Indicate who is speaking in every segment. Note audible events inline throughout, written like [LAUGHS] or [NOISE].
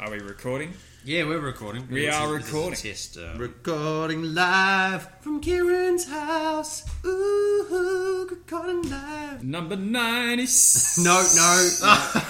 Speaker 1: Are we recording?
Speaker 2: Yeah, we're recording.
Speaker 1: We
Speaker 2: This
Speaker 1: are
Speaker 2: is- this is a
Speaker 1: recording.
Speaker 2: test, uh,
Speaker 3: Recording live from Kieran's house. Ooh, recording
Speaker 1: [LAUGHS]
Speaker 3: live.
Speaker 1: Number 90.
Speaker 3: No, no.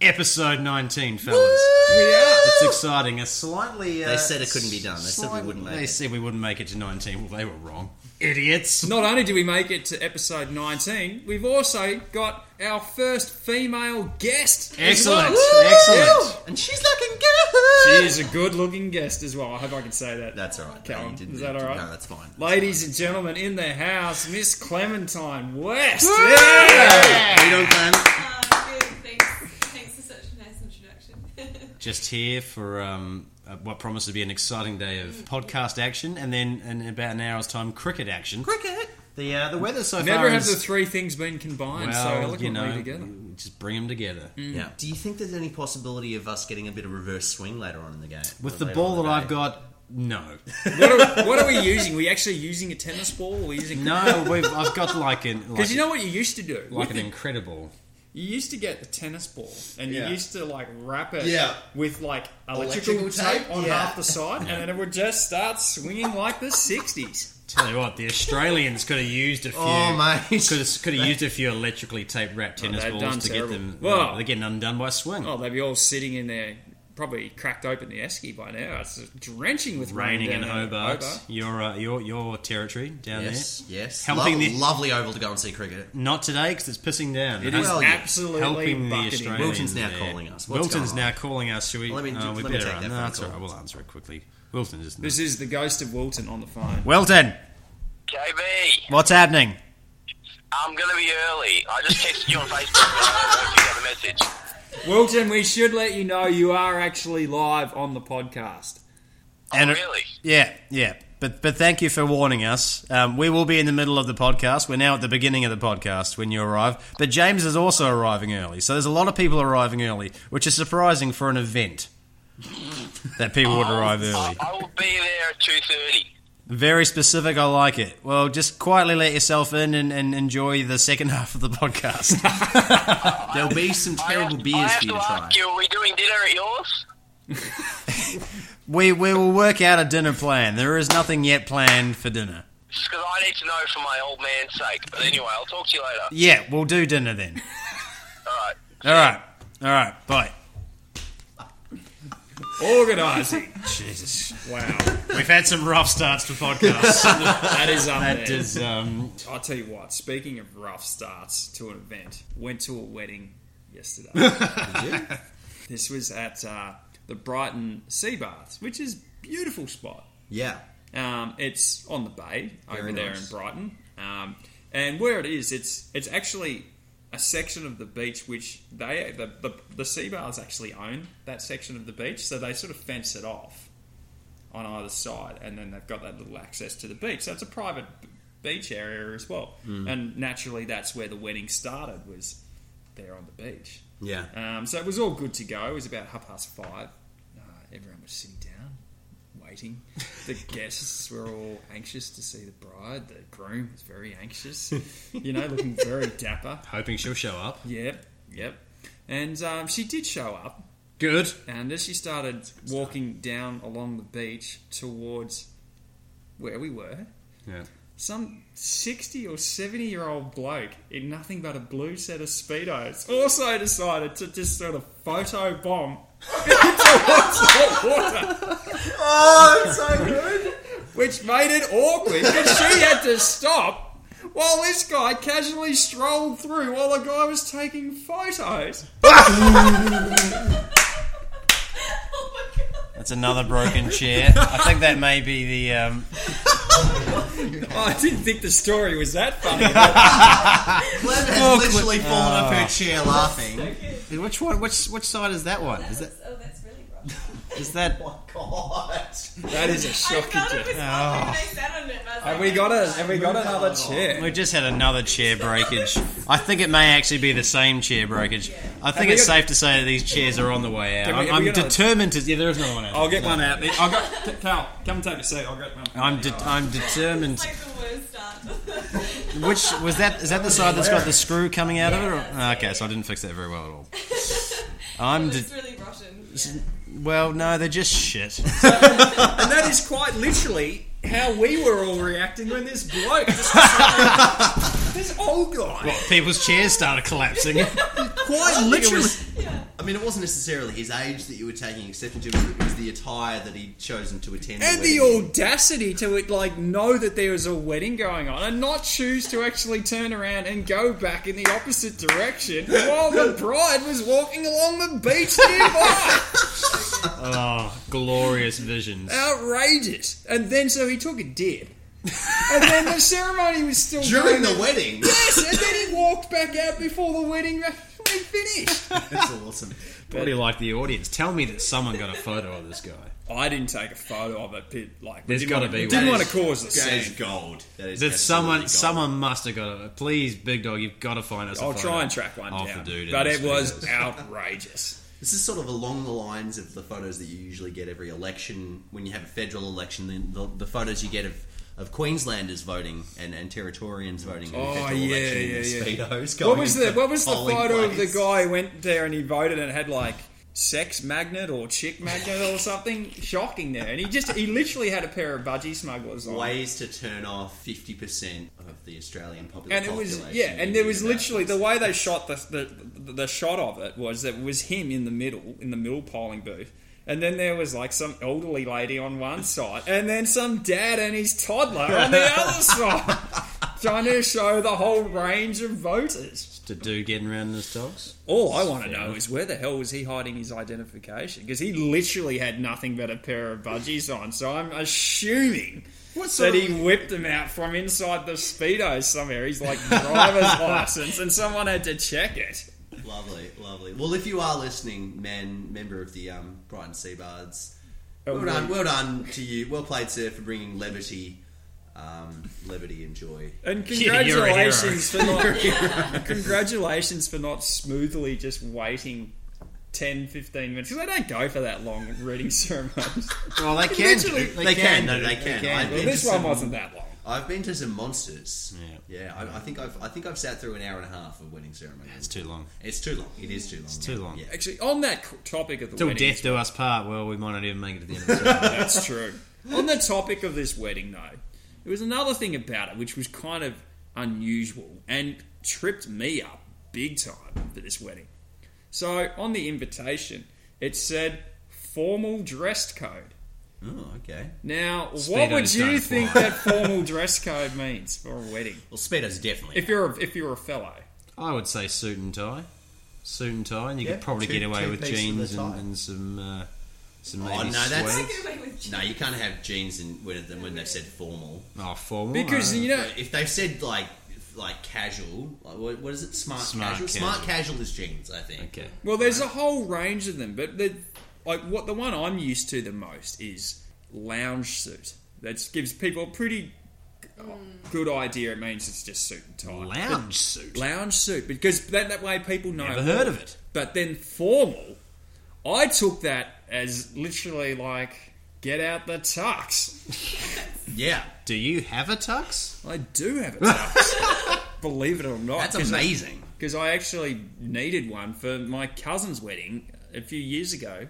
Speaker 2: episode 19, fellas. It's exciting. A slightly. Uh,
Speaker 3: They said it couldn't be done. They said we wouldn't make
Speaker 2: They
Speaker 3: it.
Speaker 2: said we wouldn't make it to 19. Well, they were wrong. Idiots.
Speaker 1: Not only do we make it to episode 19, we've also got our first female guest. as
Speaker 2: Excellent.
Speaker 1: well.
Speaker 2: Excellent.
Speaker 3: And she's looking good.
Speaker 1: She is a good looking guest as well. I hope I can say that.
Speaker 3: That's um, all right.
Speaker 1: Callum,
Speaker 3: No, you didn't-
Speaker 1: is that all right?
Speaker 3: No, that's fine.
Speaker 1: Ladies and gentlemen, in the house, Miss Clementine West.
Speaker 3: How you doing, Clem?
Speaker 4: Uh, good, thanks. Thanks for such a nice introduction. [LAUGHS]
Speaker 2: Just here for um, uh, what promises to be an exciting day of podcast action, and then in about an hour's time, cricket action.
Speaker 3: Cricket.
Speaker 2: The uh, the weather so far
Speaker 1: Never have
Speaker 2: is
Speaker 1: the three things been combined so
Speaker 2: well,
Speaker 1: eloquently
Speaker 2: you know,
Speaker 1: together.
Speaker 2: just bring them together.
Speaker 3: Yeah. Do you think there's any possibility of us getting a bit of reverse swing later on in the game?
Speaker 2: With
Speaker 3: Or
Speaker 2: the
Speaker 3: later
Speaker 2: ball
Speaker 3: on in
Speaker 2: that
Speaker 3: the
Speaker 2: I've
Speaker 3: day?
Speaker 2: got, no.
Speaker 1: What are, what are we using? Are we actually using a tennis ball? Or are we using.
Speaker 2: No, we've, I've got like an. Because
Speaker 1: Because you know what you used to do?
Speaker 2: like
Speaker 1: With
Speaker 2: an
Speaker 1: the
Speaker 2: incredible.
Speaker 1: You used to get the tennis ball, and
Speaker 3: Yeah.
Speaker 1: you used to like wrap it
Speaker 3: Yeah.
Speaker 1: with like electrical,
Speaker 3: Electrical
Speaker 1: tape,
Speaker 3: tape?
Speaker 1: on
Speaker 3: Yeah.
Speaker 1: half the side, and then it would just start swinging like the '60s.
Speaker 2: Tell you what, the Australians could have used a few.
Speaker 3: Oh,
Speaker 2: [LAUGHS]
Speaker 3: mate.
Speaker 2: Could have, could have used a few electrically taped wrapped tennis
Speaker 1: they've done
Speaker 2: balls to
Speaker 1: terrible.
Speaker 2: get them.
Speaker 1: Well-
Speaker 2: they're getting undone by a swing.
Speaker 1: Oh, they'd be all sitting in there, probably cracked open the esky by now. It's drenching with rain
Speaker 2: Raining in
Speaker 1: down there.
Speaker 2: Hobart, your uh, your your territory down
Speaker 3: Yes, yes.
Speaker 2: Helping
Speaker 3: Lo-
Speaker 2: the-
Speaker 3: lovely oval to go and see cricket.
Speaker 2: there. Not today because it's pissing down.
Speaker 1: It
Speaker 2: Uh,
Speaker 1: is
Speaker 3: Well, yeah.
Speaker 1: absolutely
Speaker 2: helping the
Speaker 1: bucketing.
Speaker 2: Australians.
Speaker 3: Wilton's now
Speaker 2: there.
Speaker 3: calling us. What's
Speaker 2: Wilton's
Speaker 3: going on?
Speaker 2: now calling us. Should we?
Speaker 3: Let me-
Speaker 2: no, we
Speaker 3: let me
Speaker 2: better.
Speaker 3: take
Speaker 2: no,
Speaker 3: that phone
Speaker 2: that's
Speaker 3: call.
Speaker 2: all right. We'll answer it quickly. Wilton, isn't
Speaker 1: This
Speaker 2: it?
Speaker 1: is the ghost of Wilton on the phone.
Speaker 2: Wilton,
Speaker 5: KB,
Speaker 2: what's happening?
Speaker 5: I'm going to be early. I just texted you on Facebook. but I don't know if you got the message.
Speaker 1: Wilton, we should let you know you are actually live on the podcast.
Speaker 5: Oh,
Speaker 2: And it-
Speaker 5: really?
Speaker 2: Yeah, yeah. But but thank you for warning us. Um, we will be in the middle of the podcast. We're now at the beginning of the podcast when you arrive. But James is also arriving early, so there's a lot of people arriving early, which is surprising for an event [LAUGHS] that people would arrive
Speaker 5: I,
Speaker 2: early.
Speaker 5: I will be there at 2.30.
Speaker 2: Very specific. I like it. Well, just quietly let yourself in and, and enjoy the second [LAUGHS] half of the podcast.
Speaker 3: [LAUGHS] There'll be some terrible
Speaker 5: I, I
Speaker 3: beers
Speaker 5: have
Speaker 3: for you to
Speaker 5: to
Speaker 3: try.
Speaker 5: ask you, are we doing dinner at yours?
Speaker 2: we we will work out a dinner plan. There is nothing yet planned for dinner.
Speaker 5: Just 'cause I need to know for my old man's sake. But anyway, I'll talk to you later.
Speaker 2: Yeah, we'll do dinner then.
Speaker 5: All right.
Speaker 2: All right. All right. Bye.
Speaker 1: Organising.
Speaker 2: Jesus.
Speaker 1: wow,
Speaker 2: We've had some rough starts to podcasts.
Speaker 1: that is up
Speaker 2: that
Speaker 1: there.
Speaker 2: [LAUGHS] is, um,
Speaker 1: I'll tell you what, speaking of rough starts to an event, went to a wedding yesterday. [LAUGHS] Did you? This was at uh, the Brighton Sea Baths, which is a beautiful spot.
Speaker 3: Yeah.
Speaker 1: Um, it's on the bay over
Speaker 3: Very
Speaker 1: there
Speaker 3: nice.
Speaker 1: in Brighton. Um, and where it is, it's it's actually a section of the beach which they the, the, the sea bars actually own that section of the beach, so they sort of fence it off on either side, and then they've got that little access to the beach. So it's a private b- beach area as well.
Speaker 3: Hmm.
Speaker 1: And naturally, that's where the wedding started was there on the beach.
Speaker 3: Yeah.
Speaker 1: Um, so it was all good to go. It was about half past five. Uh, everyone was sitting down, waiting. The guests were all anxious to see the bride. The groom was very anxious, you know, looking very dapper.
Speaker 2: hoping she'll show up.
Speaker 1: Yep, yep. And um, she did show up.
Speaker 2: Good.
Speaker 1: And as she started walking down along the beach towards where we were,
Speaker 2: Yeah.
Speaker 1: some 60 or 70 year old bloke in nothing but a blue set of Speedos also decided to just sort of photo [LAUGHS] bomb towards the water,
Speaker 3: Oh, that's so good.
Speaker 1: [LAUGHS] which made it awkward because she had to stop while this guy casually strolled through while the guy was taking photos.
Speaker 4: oh my god. [LAUGHS]
Speaker 2: That's another broken chair. I think that may be the. Um,
Speaker 1: Oh, I didn't think the story was that funny.
Speaker 3: Clem has literally fallen off her chair laughing.
Speaker 2: which one? Which which side is that one? Is that
Speaker 4: That's- oh, that's really rough.
Speaker 2: is that?
Speaker 3: Oh God.
Speaker 1: that is a
Speaker 4: I
Speaker 1: shocking
Speaker 4: thought it
Speaker 1: joke.
Speaker 4: was oh. they sat on it. and I was
Speaker 1: Have
Speaker 4: like,
Speaker 1: we got a,
Speaker 4: that's
Speaker 1: have we got another chair?
Speaker 2: We just had another chair breakage. I think it may actually be the same chair breakage. I think
Speaker 1: we
Speaker 2: it's
Speaker 1: got-
Speaker 2: safe to say that these chairs are on the way out.
Speaker 1: Have we-
Speaker 2: I'm,
Speaker 1: have we
Speaker 2: I'm
Speaker 1: got another-
Speaker 2: determined to. Yeah, there is another one out.
Speaker 1: I'll get one out. I'll go, Cal, come take a seat. I'll get one.
Speaker 2: I'm de- I'm determined.
Speaker 4: It's like the worst [LAUGHS] start.
Speaker 2: Which was that? Is that the side that's got the screw coming out of it? Or? Okay, so I didn't fix that very well at all. I'm.
Speaker 4: It
Speaker 2: De-
Speaker 4: was really rotten. Yeah.
Speaker 2: Well, no, they're just shit.
Speaker 1: And that is quite literally how we were all reacting when this bloke, just [LAUGHS] decided- this old guy,
Speaker 2: People's chairs started collapsing. [LAUGHS]
Speaker 3: Quite
Speaker 1: literally.
Speaker 4: Yeah.
Speaker 3: I mean, it wasn't necessarily his age that you were taking exception to. It was the attire that he'd chosen to attend.
Speaker 1: and
Speaker 3: wedding
Speaker 1: the
Speaker 3: in.
Speaker 1: audacity to like know that there is a wedding going on and not choose to actually turn around and go back in the opposite direction while the bride was walking along the beach [LAUGHS] nearby.
Speaker 2: oh, glorious visions.
Speaker 1: Outrageous. And then so he took a
Speaker 2: [LAUGHS]
Speaker 1: dip. And then the ceremony was still going
Speaker 3: during the wedding.
Speaker 1: Yes, and then he walked back out before the wedding actually finished.
Speaker 3: That's awesome.
Speaker 2: What do you like the audience? Tell me that someone got a photo of
Speaker 1: [LAUGHS]
Speaker 2: this guy.
Speaker 1: I didn't take a photo of it. Pit, like,
Speaker 2: There's
Speaker 1: didn't
Speaker 2: gotta
Speaker 1: wanna-
Speaker 2: be
Speaker 1: Didn't
Speaker 2: one.
Speaker 1: want to cause the
Speaker 3: That is
Speaker 1: scene.
Speaker 3: gold. That is
Speaker 2: That
Speaker 3: absolutely
Speaker 2: someone
Speaker 3: gold.
Speaker 2: someone must have got a please, big dog. You've got to find us. a
Speaker 1: I'll
Speaker 2: photo
Speaker 1: try and track one
Speaker 2: of
Speaker 1: down.
Speaker 2: the dude. in
Speaker 1: but
Speaker 2: this
Speaker 1: it was [LAUGHS]
Speaker 2: video.
Speaker 1: outrageous.
Speaker 3: This is sort of along the lines of the photos that you usually get every election when you have a federal election. The, the, the photos you get of, of Queenslanders voting and, and Territorians voting. in a
Speaker 1: Oh,
Speaker 3: federal
Speaker 1: yeah,
Speaker 3: election
Speaker 1: yeah,
Speaker 3: in
Speaker 1: yeah.
Speaker 3: Speedos
Speaker 1: What
Speaker 3: going
Speaker 1: was the
Speaker 3: to
Speaker 1: What was the
Speaker 3: polling
Speaker 1: photo of the
Speaker 3: place.
Speaker 1: guy who went there and he voted and had like sex magnet or chick magnet or something shocking there? And he just he literally had a pair of budgie smugglers on.
Speaker 3: Ways to turn off fifty percent of the Australian population.
Speaker 1: and it was yeah, and there was literally the way they shot the, the the shot of it was that it was him in the middle in the middle polling booth, and then there was like some elderly lady on one side, and then some dad and his toddler on the other side, trying to show the whole range of voters.
Speaker 2: Just a dude getting around in his dogs.
Speaker 1: All I want to know is where the hell was he hiding his identification? Because he literally had nothing but a pair of budgies on, so I'm assuming.
Speaker 3: What
Speaker 1: That
Speaker 3: sort
Speaker 1: he
Speaker 3: of-
Speaker 1: whipped them out from inside the speedo somewhere. He's like driver's
Speaker 2: [LAUGHS]
Speaker 1: license, and someone had to check it.
Speaker 3: lovely, lovely. Well, if you are listening, man, member of the um, Brighton Seabards,
Speaker 1: Oh,
Speaker 3: well done,
Speaker 1: really?
Speaker 3: well done to you. Well played, sir, for bringing levity, um, levity and joy.
Speaker 1: And
Speaker 2: Yeah, [LAUGHS] you're a hero.
Speaker 1: congratulations for not [LAUGHS] congratulations for not smoothly just waiting 10, 15 minutes. 'Cause they don't go for that long at reading [LAUGHS]
Speaker 2: [LAUGHS]
Speaker 1: ceremonies. [LAUGHS]
Speaker 2: Well, they
Speaker 1: can
Speaker 2: can.
Speaker 1: do- Literally-
Speaker 2: They,
Speaker 1: they
Speaker 3: They can,
Speaker 2: can.
Speaker 3: can no, do. they They can. can I've do.
Speaker 1: Well,
Speaker 3: been-
Speaker 1: this one wasn't that long.
Speaker 3: I've been to some monsters.
Speaker 2: Yeah.
Speaker 3: I, I think I've I think I've sat through an hour and a half of wedding ceremony.
Speaker 2: It's too long.
Speaker 3: It's too long. It is too long. It's
Speaker 2: too long.
Speaker 3: Yeah.
Speaker 1: Actually, on that co- topic of the
Speaker 2: Till
Speaker 1: wedding,
Speaker 2: death do us part. Well, we might not even make it to the end. Of the
Speaker 1: That's true. On the topic of this wedding, though, there was another thing about it which was kind of unusual and tripped me up big time for this wedding. So, on the invitation, it said formal dress code.
Speaker 3: Oh, okay.
Speaker 1: Now, what
Speaker 2: Speedos
Speaker 1: would you
Speaker 2: don't
Speaker 1: think
Speaker 2: fly.
Speaker 1: that formal dress code means for a wedding?
Speaker 3: Well, speedos definitely.
Speaker 1: If you're a, if you're a fellow,
Speaker 2: I would say suit and tie. Suit and tie, and you
Speaker 3: Yeah,
Speaker 2: could probably
Speaker 3: two-
Speaker 2: get away
Speaker 3: two
Speaker 2: with
Speaker 3: piece with
Speaker 2: jeans
Speaker 3: a
Speaker 2: and,
Speaker 3: tie.
Speaker 2: and some uh, some
Speaker 3: Oh,
Speaker 2: maybe
Speaker 3: no, that's-
Speaker 4: I
Speaker 2: [LAUGHS] suede.
Speaker 4: get away with
Speaker 3: no, you can't have jeans in when them when they've said formal.
Speaker 2: Oh, formal.
Speaker 1: because
Speaker 2: I-
Speaker 1: you know,
Speaker 3: But if they've said like like casual, like what, what is it? Smart,
Speaker 2: Smart
Speaker 3: casual?
Speaker 2: casual.
Speaker 3: Smart casual is jeans, I think.
Speaker 2: Okay.
Speaker 1: Well, there's a whole range of them, but the like what the one I'm used to the most is lounge suit. That gives people a pretty good idea. It means it's just suit and tie.
Speaker 2: Lounge suit.
Speaker 1: Lounge suit, because that, that way people know.
Speaker 2: Never heard of it.
Speaker 1: But then formal, I took that as literally like get out the tux.
Speaker 3: Yeah,
Speaker 2: Do you have a tux?
Speaker 1: I do have a tux,
Speaker 2: [LAUGHS]
Speaker 1: believe it or not.
Speaker 3: that's
Speaker 1: 'cause I-
Speaker 3: amazing.
Speaker 1: because I actually needed one for my cousin's wedding a few years ago,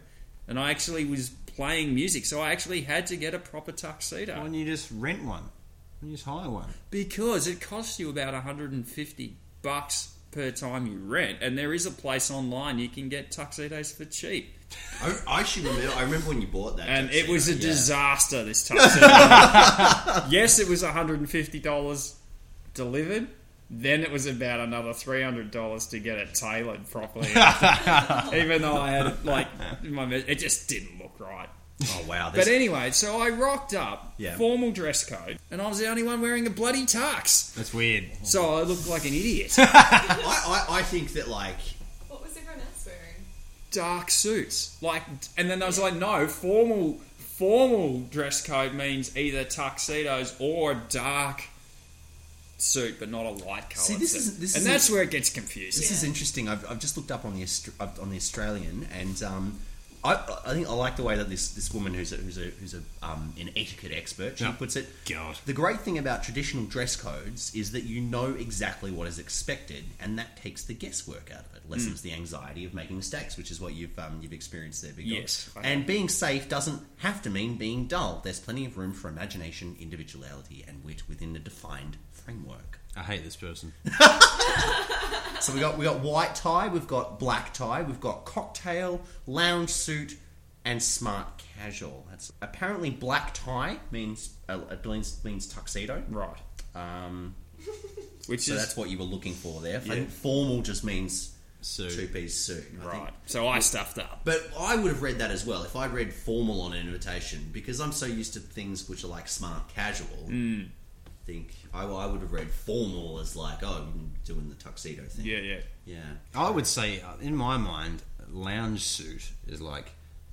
Speaker 1: and I actually was playing music, so I actually had to get a proper
Speaker 2: Why
Speaker 1: tuxedo
Speaker 2: don't you just rent one? Why don't you just hire one?
Speaker 1: because it costs you about 150 bucks per time you rent, and there is a place online you can get tuxedos for cheap.
Speaker 3: I, I actually remember. I remember when you bought that,
Speaker 1: And it
Speaker 3: tuxedo,
Speaker 1: was a
Speaker 3: yeah.
Speaker 1: disaster this tuxedo.
Speaker 3: [LAUGHS]
Speaker 1: yes, it was $150 delivered. Then it was about another three hundred dollars to get it tailored
Speaker 3: [LAUGHS]
Speaker 1: properly. Even though I had like my, it just didn't look right.
Speaker 3: Oh wow!
Speaker 1: But
Speaker 3: That's,
Speaker 1: anyway, so I rocked up,
Speaker 3: Yeah.
Speaker 1: formal dress code, and I was the only one wearing a bloody tux.
Speaker 2: That's weird.
Speaker 1: So
Speaker 3: Oh.
Speaker 1: I looked like an idiot.
Speaker 3: I, I, I think that like
Speaker 4: What was everyone else wearing?
Speaker 1: Dark suits, like, and then I was like, no, formal formal dress code means either tuxedos or a dark suit, but not a light color.
Speaker 3: See, this is- this
Speaker 1: and
Speaker 3: is-
Speaker 1: that's where it gets confusing.
Speaker 3: This is interesting. I've, I've just looked up on the Aust- I've- on the Australian, and um, I, I think I like the way that this, this woman who's a, who's a, who's a, um, an etiquette expert she
Speaker 2: Oh,
Speaker 3: puts it.
Speaker 2: God.
Speaker 3: The great thing about traditional dress codes is that you know exactly what is expected, and that takes the guesswork out of it,
Speaker 1: Mm.
Speaker 3: lessens the anxiety of making mistakes, which is what you've um, you've experienced there. Big Dog.
Speaker 1: Yes, I
Speaker 3: and being safe doesn't have to mean being dull. There's plenty of room for imagination, individuality, and wit within a defined framework.
Speaker 2: I hate this person.
Speaker 3: So we got we got white tie, we've got black tie, we've got cocktail, lounge suit, and smart casual. That's apparently black tie means uh, it means means tuxedo.
Speaker 1: Right.
Speaker 3: Um,
Speaker 1: Which
Speaker 3: so
Speaker 1: is
Speaker 3: that's what you were looking for there. I
Speaker 1: Yeah.
Speaker 3: think formal just means
Speaker 2: Suit.
Speaker 3: two piece suit, I think.
Speaker 1: right. So I stuffed up.
Speaker 3: But I would have read that as well if I'd read formal on an invitation because I'm so used to things which are like smart casual.
Speaker 1: Hmm.
Speaker 3: I think I, I would have read formal as like oh you're doing the tuxedo thing.
Speaker 1: Yeah, yeah.
Speaker 3: yeah.
Speaker 2: I would say, uh, in my mind, lounge suit is like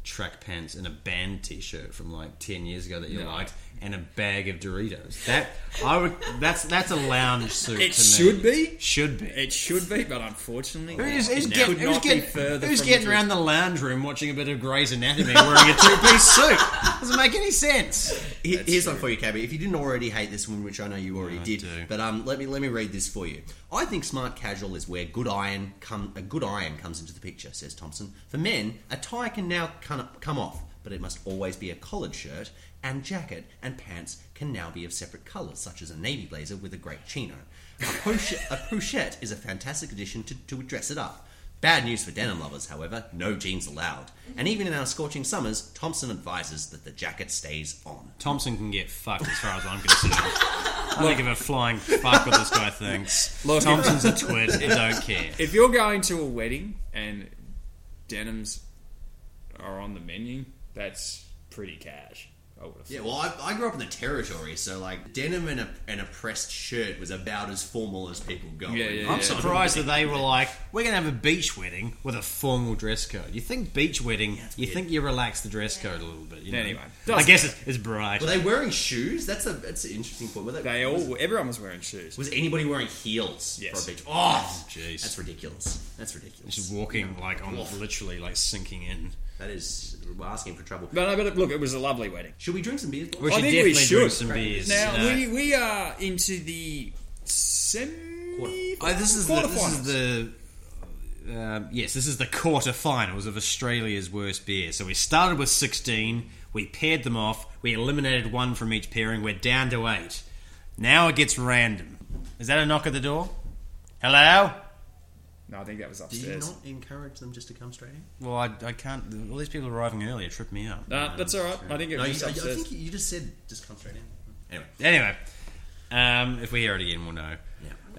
Speaker 2: track pants and a band T-shirt from like ten years ago that you
Speaker 1: No.
Speaker 2: liked, and a bag of Doritos. That I would. That's that's a lounge suit.
Speaker 1: It
Speaker 2: to
Speaker 1: should
Speaker 2: me.
Speaker 1: be.
Speaker 2: Should be.
Speaker 1: It should be, but unfortunately,
Speaker 2: Who's, who's
Speaker 1: it
Speaker 2: getting,
Speaker 1: could
Speaker 2: who's
Speaker 1: not be
Speaker 2: getting,
Speaker 1: further
Speaker 2: who's
Speaker 1: from
Speaker 2: getting
Speaker 1: the
Speaker 2: around the lounge room watching a bit of Grey's Anatomy wearing a two-piece suit? Doesn't make any sense.
Speaker 3: Here-
Speaker 1: That's
Speaker 3: Here's
Speaker 1: true.
Speaker 3: one for you, Cabby. If you didn't already hate this one, which I know you already
Speaker 2: I
Speaker 3: did,
Speaker 2: do.
Speaker 3: but um, let me let me read this for you. I think smart casual is where good iron come a good iron comes into the picture, says Thompson. For men, a tie can now come, come off, but it must always be a collared shirt and jacket, and pants can now be of separate colours, such as a navy blazer with a great chino. A, poche- a pochette is a fantastic addition to, to dress it up. Bad news for denim lovers, however, no jeans allowed. And even in our scorching summers, Thompson advises that the jacket stays on.
Speaker 2: Thompson can get fucked as far as I'm concerned. I don't give a flying fuck what this guy thinks.
Speaker 1: Look,
Speaker 2: Thompson's a twit. I don't care.
Speaker 1: If you're going to a wedding and denims are on the menu, that's pretty cash. I would have
Speaker 3: Yeah, well, I, I grew up in the territory, so like denim and a, and a pressed shirt was about as formal as people go.
Speaker 1: Yeah, yeah,
Speaker 2: I'm
Speaker 1: yeah.
Speaker 2: surprised that they were like, we're going to have a beach wedding with a formal dress code. You think beach wedding,
Speaker 3: it's
Speaker 2: you
Speaker 3: weird.
Speaker 2: think you relax the dress code a little bit. You know?
Speaker 1: Anyway,
Speaker 2: I
Speaker 1: doesn't
Speaker 2: guess it's, it's bright.
Speaker 3: Were they wearing shoes? That's a that's an interesting point. Were they,
Speaker 1: They all,
Speaker 3: was,
Speaker 1: everyone was wearing shoes.
Speaker 3: was anybody wearing heels
Speaker 1: Yes.
Speaker 3: for a beach? Oh,
Speaker 2: Jeez.
Speaker 3: that's ridiculous. That's
Speaker 2: Just
Speaker 3: ridiculous.
Speaker 2: walking like on literally like sinking in.
Speaker 3: That is we're asking for trouble.
Speaker 1: But, but look, it was a lovely wedding.
Speaker 3: Should we drink some beers?
Speaker 2: We
Speaker 1: I
Speaker 2: should
Speaker 1: think we
Speaker 2: definitely drink
Speaker 1: should.
Speaker 2: some
Speaker 3: Right.
Speaker 2: beers.
Speaker 1: Now
Speaker 2: Uh,
Speaker 1: we we are into the semi.
Speaker 2: Oh, this is the, this is the um, yes, this is the quarterfinals of Australia's worst beer. So we started with sixteen, we paired them off, we eliminated one from each pairing. We're down to eight. Now it gets random. Is that a knock at the door? Hello.
Speaker 1: No, I think that was
Speaker 3: Did you
Speaker 1: upstairs.
Speaker 3: not encourage them just to come straight in?
Speaker 2: Well, I, I can't. All these people arriving early trip me up.
Speaker 1: Nah, that's all right. I think it
Speaker 3: No, you,
Speaker 1: was
Speaker 3: I, I
Speaker 1: upstairs.
Speaker 3: think you just said just come straight in. Mm. Anyway,
Speaker 2: Anyway, um, if we hear it again, we'll know.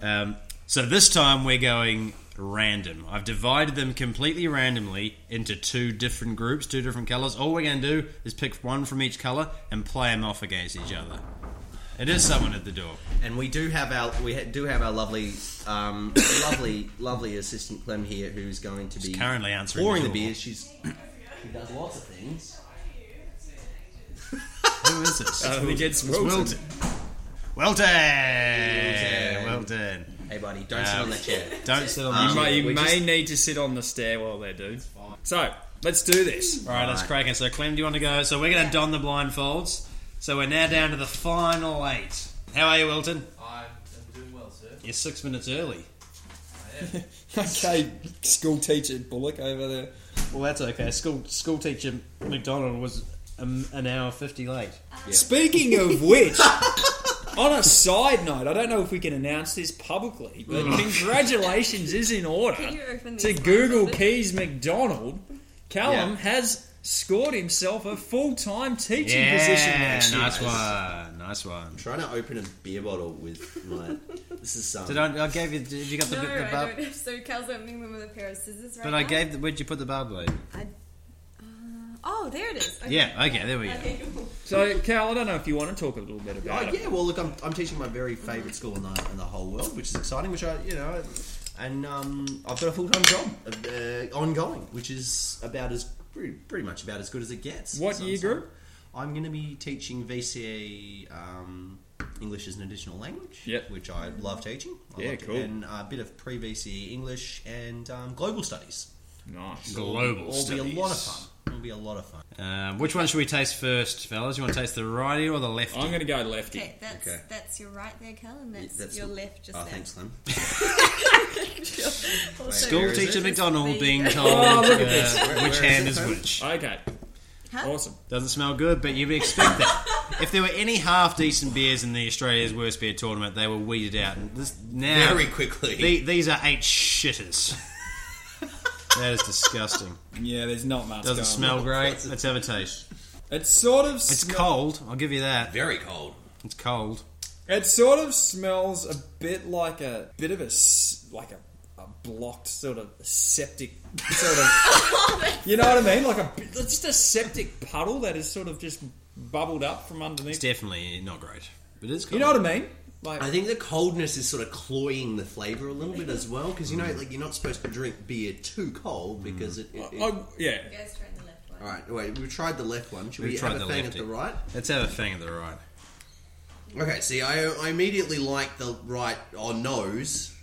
Speaker 3: Yeah.
Speaker 2: Um, so this time we're going random. I've divided them completely randomly into two different groups, two different colours. All we're going to do is pick one from each colour and play them off against each other. It is someone at the door.
Speaker 3: And we do have our we ha- do have our lovely, um, [COUGHS] lovely, lovely assistant Clem here, who's going to be
Speaker 2: currently answering
Speaker 3: pouring
Speaker 2: the
Speaker 3: the,
Speaker 2: door.
Speaker 3: beers. She's she does lots of things.
Speaker 2: Who is [LAUGHS] this?
Speaker 1: I think it's
Speaker 2: It's
Speaker 1: Wilton.
Speaker 2: Wilton. Wilton. Wilton.
Speaker 3: Hey, buddy, don't sit
Speaker 2: Um,
Speaker 3: on that chair.
Speaker 2: Don't sit
Speaker 1: You
Speaker 2: on the.
Speaker 3: Um,
Speaker 1: may, you
Speaker 3: We
Speaker 1: may
Speaker 3: just-
Speaker 1: need to sit on the stairwell there, dude. So let's do
Speaker 2: [LAUGHS]
Speaker 1: this.
Speaker 2: All right, let's crack it. So, Clem, do you want to go? So, we're going to don the blindfolds. So, we're now down to the final eight. How are you, Wilton?
Speaker 6: I'm I'm doing well, sir.
Speaker 2: You're six minutes early.
Speaker 1: okay, school teacher Bullock over there.
Speaker 2: Well, that's okay. School school teacher McDonald was um, an hour fifty late.
Speaker 1: Speaking of which, on a side note, I don't know if we can announce this publicly, but congratulations is in
Speaker 4: Can you
Speaker 1: order
Speaker 4: open
Speaker 1: to
Speaker 4: this one,
Speaker 1: Google
Speaker 4: Robert?
Speaker 1: Keys McDonald. Callum
Speaker 3: Yeah.
Speaker 1: has scored himself a full time teaching
Speaker 2: Yeah,
Speaker 1: position next year.
Speaker 2: nice one, nice one.
Speaker 3: Trying to open a beer bottle with my. This is um,
Speaker 2: Did I, I gave you? Did you got the
Speaker 4: No,
Speaker 2: bit the
Speaker 4: I
Speaker 2: barb?
Speaker 4: don't. So Cal's opening them with a pair of scissors right
Speaker 2: But I
Speaker 4: now.
Speaker 2: gave. The, where'd you put the barb blade?
Speaker 4: Oh, there it is. Okay.
Speaker 2: Yeah. Okay. There we go.
Speaker 4: Okay, cool.
Speaker 1: So, Cal, I don't know if you want to talk a little bit about
Speaker 3: Oh
Speaker 1: it.
Speaker 3: yeah, well look, I'm, I'm teaching my very favourite school in the, in the whole world, which is exciting. Which I, you know, and um, I've got a full time job, uh, ongoing, which is about as pretty, pretty much about as good as it gets.
Speaker 1: What year
Speaker 3: so-
Speaker 1: group?
Speaker 3: I'm going to be teaching VCA um, English as an additional language,
Speaker 1: Yep.
Speaker 3: which I love teaching. I
Speaker 1: Yeah,
Speaker 3: loved it.
Speaker 1: cool.
Speaker 3: And a bit of pre VCE English and um, global studies.
Speaker 1: Nice.
Speaker 2: Global
Speaker 3: It'll be a lot of
Speaker 2: studies.
Speaker 3: fun. It'll be a lot of fun.
Speaker 2: Um, which one should we taste first, fellas? You want to taste the righty or the lefty?
Speaker 1: I'm going to go lefty.
Speaker 7: Okay, that's
Speaker 3: Okay.
Speaker 7: that's your right there, Callum. That's,
Speaker 3: That's-
Speaker 7: your left just
Speaker 3: oh,
Speaker 7: now.
Speaker 3: thanks, Slim.
Speaker 7: Also-
Speaker 2: School
Speaker 3: Where is
Speaker 2: teacher
Speaker 3: it?
Speaker 2: McDonald being
Speaker 7: There you
Speaker 2: told
Speaker 1: [LAUGHS] Oh, look at
Speaker 2: uh,
Speaker 1: this.
Speaker 3: Where- where
Speaker 2: which
Speaker 3: is
Speaker 2: hand
Speaker 3: it,
Speaker 2: is
Speaker 3: Tom?
Speaker 2: which.
Speaker 1: Okay,
Speaker 7: Huh?
Speaker 1: awesome.
Speaker 2: Doesn't smell good, but you'd expect that. if there were any half decent beers in the Australia's Worst Beer Tournament, they were weeded out. And this, now,
Speaker 3: Very quickly.
Speaker 2: the- these are eight shitters. that is disgusting.
Speaker 1: Yeah, there's not much.
Speaker 2: Doesn't
Speaker 1: going
Speaker 2: smell
Speaker 1: on.
Speaker 2: great. Let's have a taste.
Speaker 1: It sort of.
Speaker 2: It's
Speaker 1: smel-
Speaker 2: cold. I'll give you that.
Speaker 3: Very cold.
Speaker 2: It's cold.
Speaker 1: It sort of smells a bit like a bit of a s- like a, a blocked sort of septic sort of.
Speaker 7: [LAUGHS]
Speaker 1: you know what I mean? Like a bit- it's just a septic puddle that is sort of just bubbled up from
Speaker 2: It's
Speaker 1: underneath.
Speaker 2: definitely not great. But it is cold.
Speaker 1: You know what I mean? Like
Speaker 3: I think the coldness is sort of cloying the flavour a little bit as well, because you know, like you're not supposed to drink beer too cold because it. it, it-
Speaker 1: I- yeah.
Speaker 7: You guys trying the left one.
Speaker 3: all right, wait. We've tried the left one. Should
Speaker 2: We've
Speaker 3: we
Speaker 2: tried
Speaker 3: have
Speaker 2: the
Speaker 3: a thing
Speaker 2: lefty.
Speaker 3: at the right?
Speaker 2: Let's have a fang at the right.
Speaker 3: Okay. See, I, I immediately like the right or nose.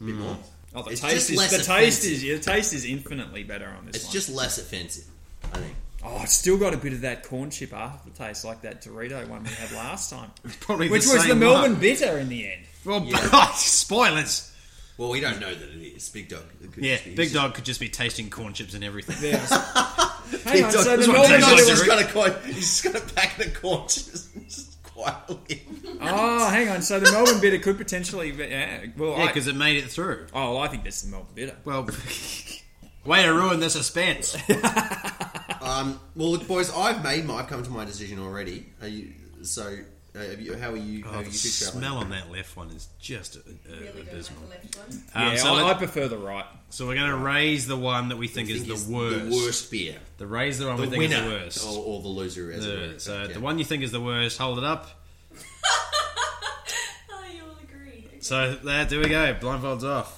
Speaker 3: a Bit more.
Speaker 1: Oh, the
Speaker 3: It's
Speaker 1: taste
Speaker 3: just
Speaker 1: is
Speaker 3: less
Speaker 1: the taste
Speaker 3: offensive.
Speaker 1: is the taste is infinitely better on this
Speaker 3: It's
Speaker 1: one.
Speaker 3: just less offensive. I think.
Speaker 1: oh, it's still got a bit of that corn chip aftertaste, like that Dorito one we had last time,
Speaker 2: [LAUGHS] Probably
Speaker 1: which
Speaker 2: the
Speaker 1: was
Speaker 2: same
Speaker 1: the Melbourne Oh,
Speaker 2: one.
Speaker 1: bitter in the end.
Speaker 2: Well,
Speaker 3: Yeah.
Speaker 2: [LAUGHS] spoilers.
Speaker 3: Well, we don't know that it is big dog. It could
Speaker 2: Yeah,
Speaker 3: just be-
Speaker 2: Big Dog could just be tasting corn chips and everything.
Speaker 1: There. Hang
Speaker 3: Big
Speaker 1: on,
Speaker 3: dog.
Speaker 1: so
Speaker 2: That's
Speaker 1: the
Speaker 2: what
Speaker 1: Melbourne
Speaker 2: I'm saying.
Speaker 3: Big
Speaker 1: bitter
Speaker 3: dog's
Speaker 1: was
Speaker 3: just got
Speaker 2: [LAUGHS]
Speaker 3: a coin. He's just got a pack of the corn chips and just quietly.
Speaker 1: Oh, hang on. So the Melbourne bitter could potentially, be- yeah. Well,
Speaker 2: Yeah,
Speaker 1: I,
Speaker 2: because it made it through.
Speaker 1: oh, I think that's the Melbourne bitter.
Speaker 2: Well, [LAUGHS] way to ruin
Speaker 1: [LAUGHS]
Speaker 2: the suspense. Oh,
Speaker 3: Um, well, look, boys, I've made my. I've come to my decision already. Are you, so, uh, have you, how are you? how
Speaker 2: Oh,
Speaker 3: are
Speaker 2: the
Speaker 3: you fixed out?
Speaker 2: smell on that left one is just uh, uh,
Speaker 7: Really don't
Speaker 2: abysmal.
Speaker 7: like the left one.
Speaker 2: Um,
Speaker 1: yeah,
Speaker 2: so,
Speaker 1: I, I
Speaker 2: let-
Speaker 1: prefer the right.
Speaker 2: so we're going to raise the one that we think,
Speaker 3: I
Speaker 2: is,
Speaker 3: think
Speaker 2: the
Speaker 3: it's
Speaker 2: worst.
Speaker 3: The worst beer.
Speaker 2: The raise the one we
Speaker 3: The
Speaker 2: think
Speaker 3: winner,
Speaker 2: is the
Speaker 3: Or,
Speaker 2: worst.
Speaker 3: or the loser, as it
Speaker 2: The-
Speaker 3: were.
Speaker 2: so
Speaker 3: Okay.
Speaker 2: the one you think is the worst, hold it up.
Speaker 7: Oh, you all agree. Okay.
Speaker 2: So that there we go. Blindfolds off.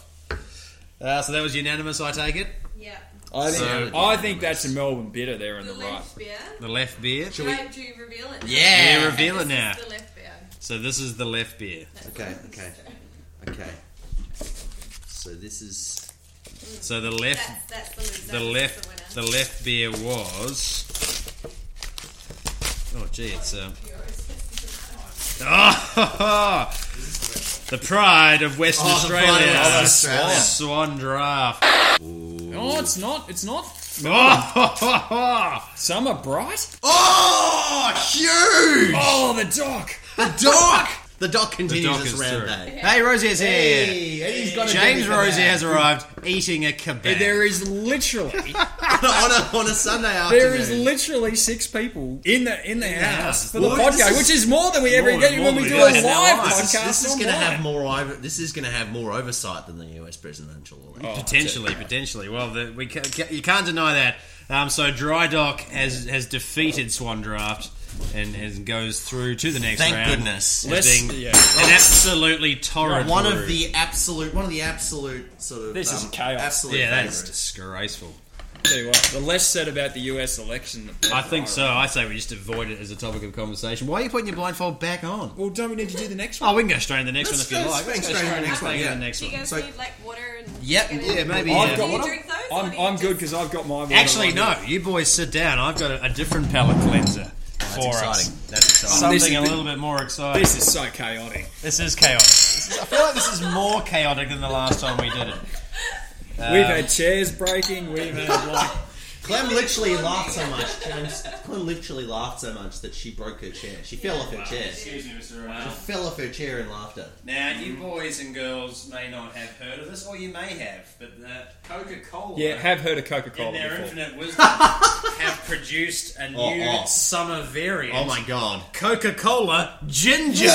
Speaker 2: Uh, so that was unanimous. I take it.
Speaker 7: yeah.
Speaker 1: I think,
Speaker 2: So-
Speaker 1: I think that's a Melbourne bitter there in
Speaker 7: The
Speaker 1: the right.
Speaker 7: left beer.
Speaker 2: The left beer.
Speaker 3: Shall we-
Speaker 7: No, do you reveal it?
Speaker 3: Yeah.
Speaker 2: Yeah, reveal it
Speaker 7: This is
Speaker 2: now.
Speaker 7: The left beer.
Speaker 2: So this is the left beer.
Speaker 3: Okay, okay, okay. So this is
Speaker 2: So the left
Speaker 7: That's, that's the loser.
Speaker 2: the left
Speaker 7: That's
Speaker 2: the
Speaker 7: the
Speaker 2: left beer was oh gee it's um [LAUGHS]
Speaker 7: [LAUGHS]
Speaker 2: oh, the pride of Western
Speaker 3: Oh, the pride of
Speaker 2: Australia
Speaker 3: Western
Speaker 2: The
Speaker 3: Australia.
Speaker 2: swan draft [LAUGHS]
Speaker 1: No, it's not. It's not.
Speaker 2: oh,
Speaker 1: Some are bright.
Speaker 3: oh huge
Speaker 1: Oh, the dock.
Speaker 3: the dock. The dock continues
Speaker 2: dock
Speaker 3: its
Speaker 2: is
Speaker 3: round
Speaker 2: through.
Speaker 3: day.
Speaker 2: hey Rosier's here
Speaker 3: Hey, he's got a
Speaker 2: James
Speaker 3: different
Speaker 2: Rosier
Speaker 3: hat.
Speaker 2: has arrived eating a kebab
Speaker 1: There
Speaker 2: [LAUGHS]
Speaker 1: is literally
Speaker 3: on a on a Sunday afternoon.
Speaker 1: there is literally six people in the in the house
Speaker 2: house.
Speaker 1: for the
Speaker 3: Well, this
Speaker 1: podcast,
Speaker 3: is-
Speaker 1: which is more than we ever
Speaker 2: More
Speaker 1: get
Speaker 2: than
Speaker 1: when we
Speaker 2: what we
Speaker 1: do
Speaker 2: do.
Speaker 1: a
Speaker 2: This
Speaker 1: live
Speaker 2: is now
Speaker 1: podcast.
Speaker 3: This is, this is going to
Speaker 1: online.
Speaker 3: have more. Over, this is going to have more oversight than the US presidential election.
Speaker 2: Potentially, potentially. Well, the, we ca ca- you can't deny that. Um, so Dry Dock has has defeated Swan Draft and, and goes through to the next
Speaker 3: Thank
Speaker 2: round.
Speaker 3: goodness.
Speaker 2: as
Speaker 1: Let's-
Speaker 2: being
Speaker 1: yeah.
Speaker 2: an absolutely torrid.
Speaker 3: one
Speaker 2: brew.
Speaker 3: of the absolute, one of the absolute sort of.
Speaker 1: Oh. This is
Speaker 3: um,
Speaker 1: chaos.
Speaker 3: Absolute
Speaker 2: yeah, that is
Speaker 3: favourites.
Speaker 2: disgraceful.
Speaker 1: Tell you what, the less said about the U.S. election, the better.
Speaker 2: I think so. I say we just avoid it as a topic of conversation. Why are you putting your blindfold back on?
Speaker 1: Well, don't we need to do the next one?
Speaker 2: Oh, we can go straight into the next
Speaker 3: Let's
Speaker 2: one if you
Speaker 3: go
Speaker 2: like. Let's
Speaker 3: straight
Speaker 2: go
Speaker 3: into the next one,
Speaker 2: into
Speaker 3: yeah.
Speaker 2: the next
Speaker 7: Do you
Speaker 2: one.
Speaker 7: guys
Speaker 3: So-
Speaker 7: need like water and?
Speaker 3: Yep,
Speaker 7: Get
Speaker 2: yeah,
Speaker 7: it?
Speaker 2: maybe.
Speaker 1: I've
Speaker 2: yeah.
Speaker 1: got
Speaker 7: Do
Speaker 1: one.
Speaker 7: you drink those, or
Speaker 1: I'm,
Speaker 7: do you
Speaker 1: I'm good
Speaker 7: just-
Speaker 1: because I've got my. water
Speaker 2: Actually,
Speaker 1: on
Speaker 2: no. You boys sit down. I've got a, a different palate cleanser
Speaker 3: That's
Speaker 2: for
Speaker 3: exciting.
Speaker 2: us.
Speaker 3: That's exciting.
Speaker 1: Some- This is
Speaker 2: Something a
Speaker 1: the-
Speaker 2: little bit more exciting.
Speaker 1: This is so chaotic.
Speaker 2: This is chaotic. This is- I feel like this is more chaotic than the last time we did it. Uh,
Speaker 1: we've had chairs breaking. We've had like
Speaker 3: Clem literally laughed so much. James, Clem literally laughed so much that she broke her chair. She fell off her chair. She
Speaker 6: Excuse me, Mr. O'Reilly.
Speaker 3: fell off her chair in laughter.
Speaker 2: Now, you boys and girls may not have heard of this, or you may have, but the Coca Cola,
Speaker 1: yeah, have heard of Coca
Speaker 2: in
Speaker 1: Cola
Speaker 2: their
Speaker 1: before. [LAUGHS]
Speaker 2: infinite wisdom, have produced a new
Speaker 3: Oh, oh.
Speaker 2: summer variant.
Speaker 3: Oh my god!
Speaker 2: Coca Cola Ginger.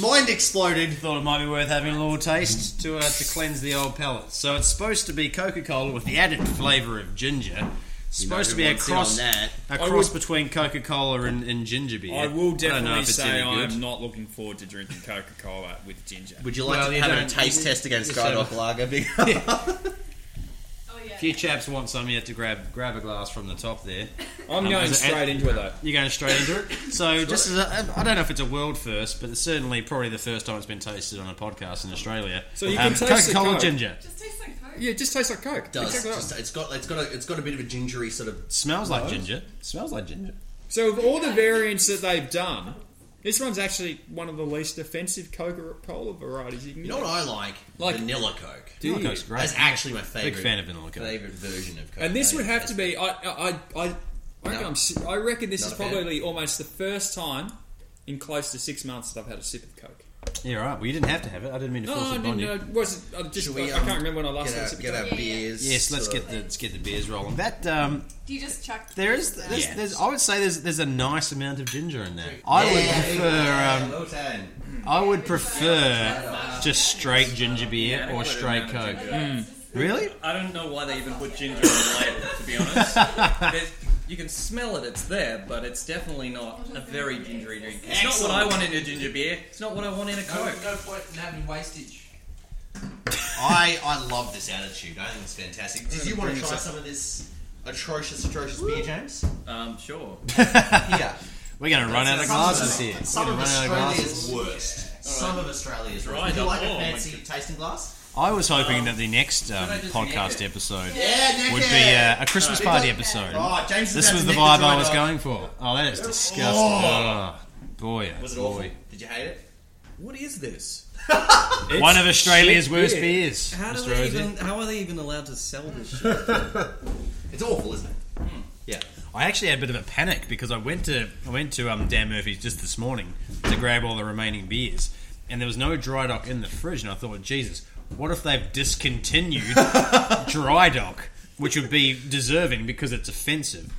Speaker 3: Mind exploded.
Speaker 2: Thought it might be worth having a little taste to uh, to cleanse the old palate. So it's supposed to be Coca Cola with the added flavour of ginger. Supposed to be a
Speaker 3: Everyone's
Speaker 2: cross.
Speaker 3: in on that.
Speaker 2: A
Speaker 1: I
Speaker 2: cross
Speaker 1: would-
Speaker 2: between Coca Cola and, and ginger beer.
Speaker 1: I will
Speaker 2: don't know
Speaker 1: definitely
Speaker 2: if it's
Speaker 1: say
Speaker 2: any
Speaker 1: I
Speaker 2: good.
Speaker 1: am not looking forward to drinking Coca Cola with ginger.
Speaker 3: Would you like
Speaker 2: Well,
Speaker 3: to
Speaker 2: you
Speaker 3: have a
Speaker 2: don't-
Speaker 3: taste
Speaker 2: you-
Speaker 3: test against
Speaker 2: you
Speaker 3: Guy
Speaker 2: said- [LAUGHS]
Speaker 3: Dog Lager? Big-
Speaker 7: Oh yeah.
Speaker 2: If you chaps want some, you have to grab grab a glass from the top there.
Speaker 1: I'm
Speaker 2: Um,
Speaker 1: going
Speaker 2: is it-
Speaker 1: straight into it though.
Speaker 2: You're going straight into it. So just as a, I don't know if it's a world first, but it's certainly probably the first time it's been tasted on a podcast in Australia. Um,
Speaker 1: So you can taste the
Speaker 2: Coca-Cola
Speaker 1: Coke.
Speaker 2: ginger.
Speaker 7: Just taste like Coke.
Speaker 1: yeah, it just tastes like Coke.
Speaker 3: [LAUGHS] does.
Speaker 1: Exactly right.
Speaker 3: Just- it's got it's got a, it's got a bit of a gingery sort of.
Speaker 2: Smells like
Speaker 3: Rose?
Speaker 2: ginger. Smells like ginger.
Speaker 1: So of all the variants that they've done, this one's actually one of the least offensive Coca-Cola varieties you can
Speaker 3: You know what I like?
Speaker 1: Like-
Speaker 3: vanilla Coke.
Speaker 1: Do you?
Speaker 2: Coke's great.
Speaker 3: That's actually my favorite.
Speaker 2: fan of vanilla Coke.
Speaker 3: Favorite version of Coke.
Speaker 1: And this would have to be.
Speaker 3: That's-
Speaker 1: I I I, I, I reckon,
Speaker 3: No.
Speaker 1: I'm, si- I reckon this
Speaker 3: Not
Speaker 1: is
Speaker 3: a fan.
Speaker 1: probably almost the first time in close to six months that I've had a sip of Coke.
Speaker 2: Yeah, right. Well, you didn't have to have it. I didn't mean to
Speaker 1: No,
Speaker 2: force
Speaker 1: I
Speaker 2: it
Speaker 1: didn't.
Speaker 2: on you.
Speaker 1: know it wasn't. I just.
Speaker 3: Should we,
Speaker 1: I
Speaker 3: um,
Speaker 1: can't remember when I last
Speaker 3: get
Speaker 1: had a
Speaker 3: our,
Speaker 1: sip of
Speaker 3: get our
Speaker 1: Coke.
Speaker 7: Yeah, yeah.
Speaker 3: beers.
Speaker 2: Yes, let's
Speaker 3: sort of-
Speaker 2: get the let's get the beers rolling. That um,
Speaker 7: Do you just chuck? the
Speaker 2: there is
Speaker 7: pieces
Speaker 2: there's,
Speaker 1: Yeah.
Speaker 2: there's I would say there's there's a nice amount of ginger in there. I would
Speaker 3: Yeah, yeah,
Speaker 2: prefer
Speaker 3: well done.
Speaker 2: um, I would prefer just straight ginger beer
Speaker 8: Yeah,
Speaker 2: or
Speaker 8: I
Speaker 2: straight
Speaker 8: would've done
Speaker 2: Coke.
Speaker 8: it.
Speaker 7: out? Yeah, it's just-
Speaker 2: Really?
Speaker 8: I don't know why they even put ginger on the label, to be
Speaker 2: [LAUGHS]
Speaker 8: honest. There's- you can smell it, it's there, but it's definitely not a very gingery drink. It's not what I want in a ginger beer, it's not what I want in a
Speaker 6: No,
Speaker 8: Coke.
Speaker 6: no point in having wastage.
Speaker 3: I I love this attitude. I think it's fantastic. Did you want to try some of this atrocious, atrocious beer, James?
Speaker 8: Um, sure.
Speaker 3: Here.
Speaker 2: We're gonna run out of glasses here. We're
Speaker 3: Some
Speaker 2: gonna
Speaker 3: of
Speaker 2: run out of
Speaker 3: Australia's
Speaker 2: glasses.
Speaker 3: worst. Some of Australia's
Speaker 8: Right
Speaker 3: worst. Would you
Speaker 8: up.
Speaker 3: like a
Speaker 8: Oh, my
Speaker 3: fancy tasting glass?
Speaker 2: I was hoping that the next um,
Speaker 8: I just
Speaker 2: podcast
Speaker 8: nick it?
Speaker 2: episode
Speaker 3: Yeah, Nick
Speaker 2: would
Speaker 3: it.
Speaker 2: be uh, a Christmas
Speaker 3: Alright.
Speaker 2: party episode.
Speaker 3: Right, James is
Speaker 2: This
Speaker 3: about
Speaker 2: was
Speaker 3: to
Speaker 2: the
Speaker 3: nick
Speaker 2: vibe
Speaker 3: dry
Speaker 2: I was
Speaker 3: dog.
Speaker 2: going for. Oh, that is disgusting. Oh,
Speaker 3: Oh.
Speaker 2: boy,
Speaker 3: Was it
Speaker 2: oh,
Speaker 3: awful?
Speaker 2: boy.
Speaker 3: Did you hate it?
Speaker 8: What
Speaker 1: [LAUGHS]
Speaker 8: is this?
Speaker 2: One of Australia's
Speaker 1: shit
Speaker 2: worst
Speaker 1: beer.
Speaker 2: beers.
Speaker 8: How, do
Speaker 2: Mr.
Speaker 8: they
Speaker 2: Rosie.
Speaker 8: even, how are they even allowed to sell this shit?
Speaker 3: It's awful, isn't it? Yeah.
Speaker 2: I actually had a bit of a panic because I went to I went to um, Dan Murphy's just this morning to grab all the remaining beers, and there was no dry dock in the fridge, and I thought, Jesus, what if they've
Speaker 1: [LAUGHS]
Speaker 2: discontinued dry dock, which would be deserving because it's offensive.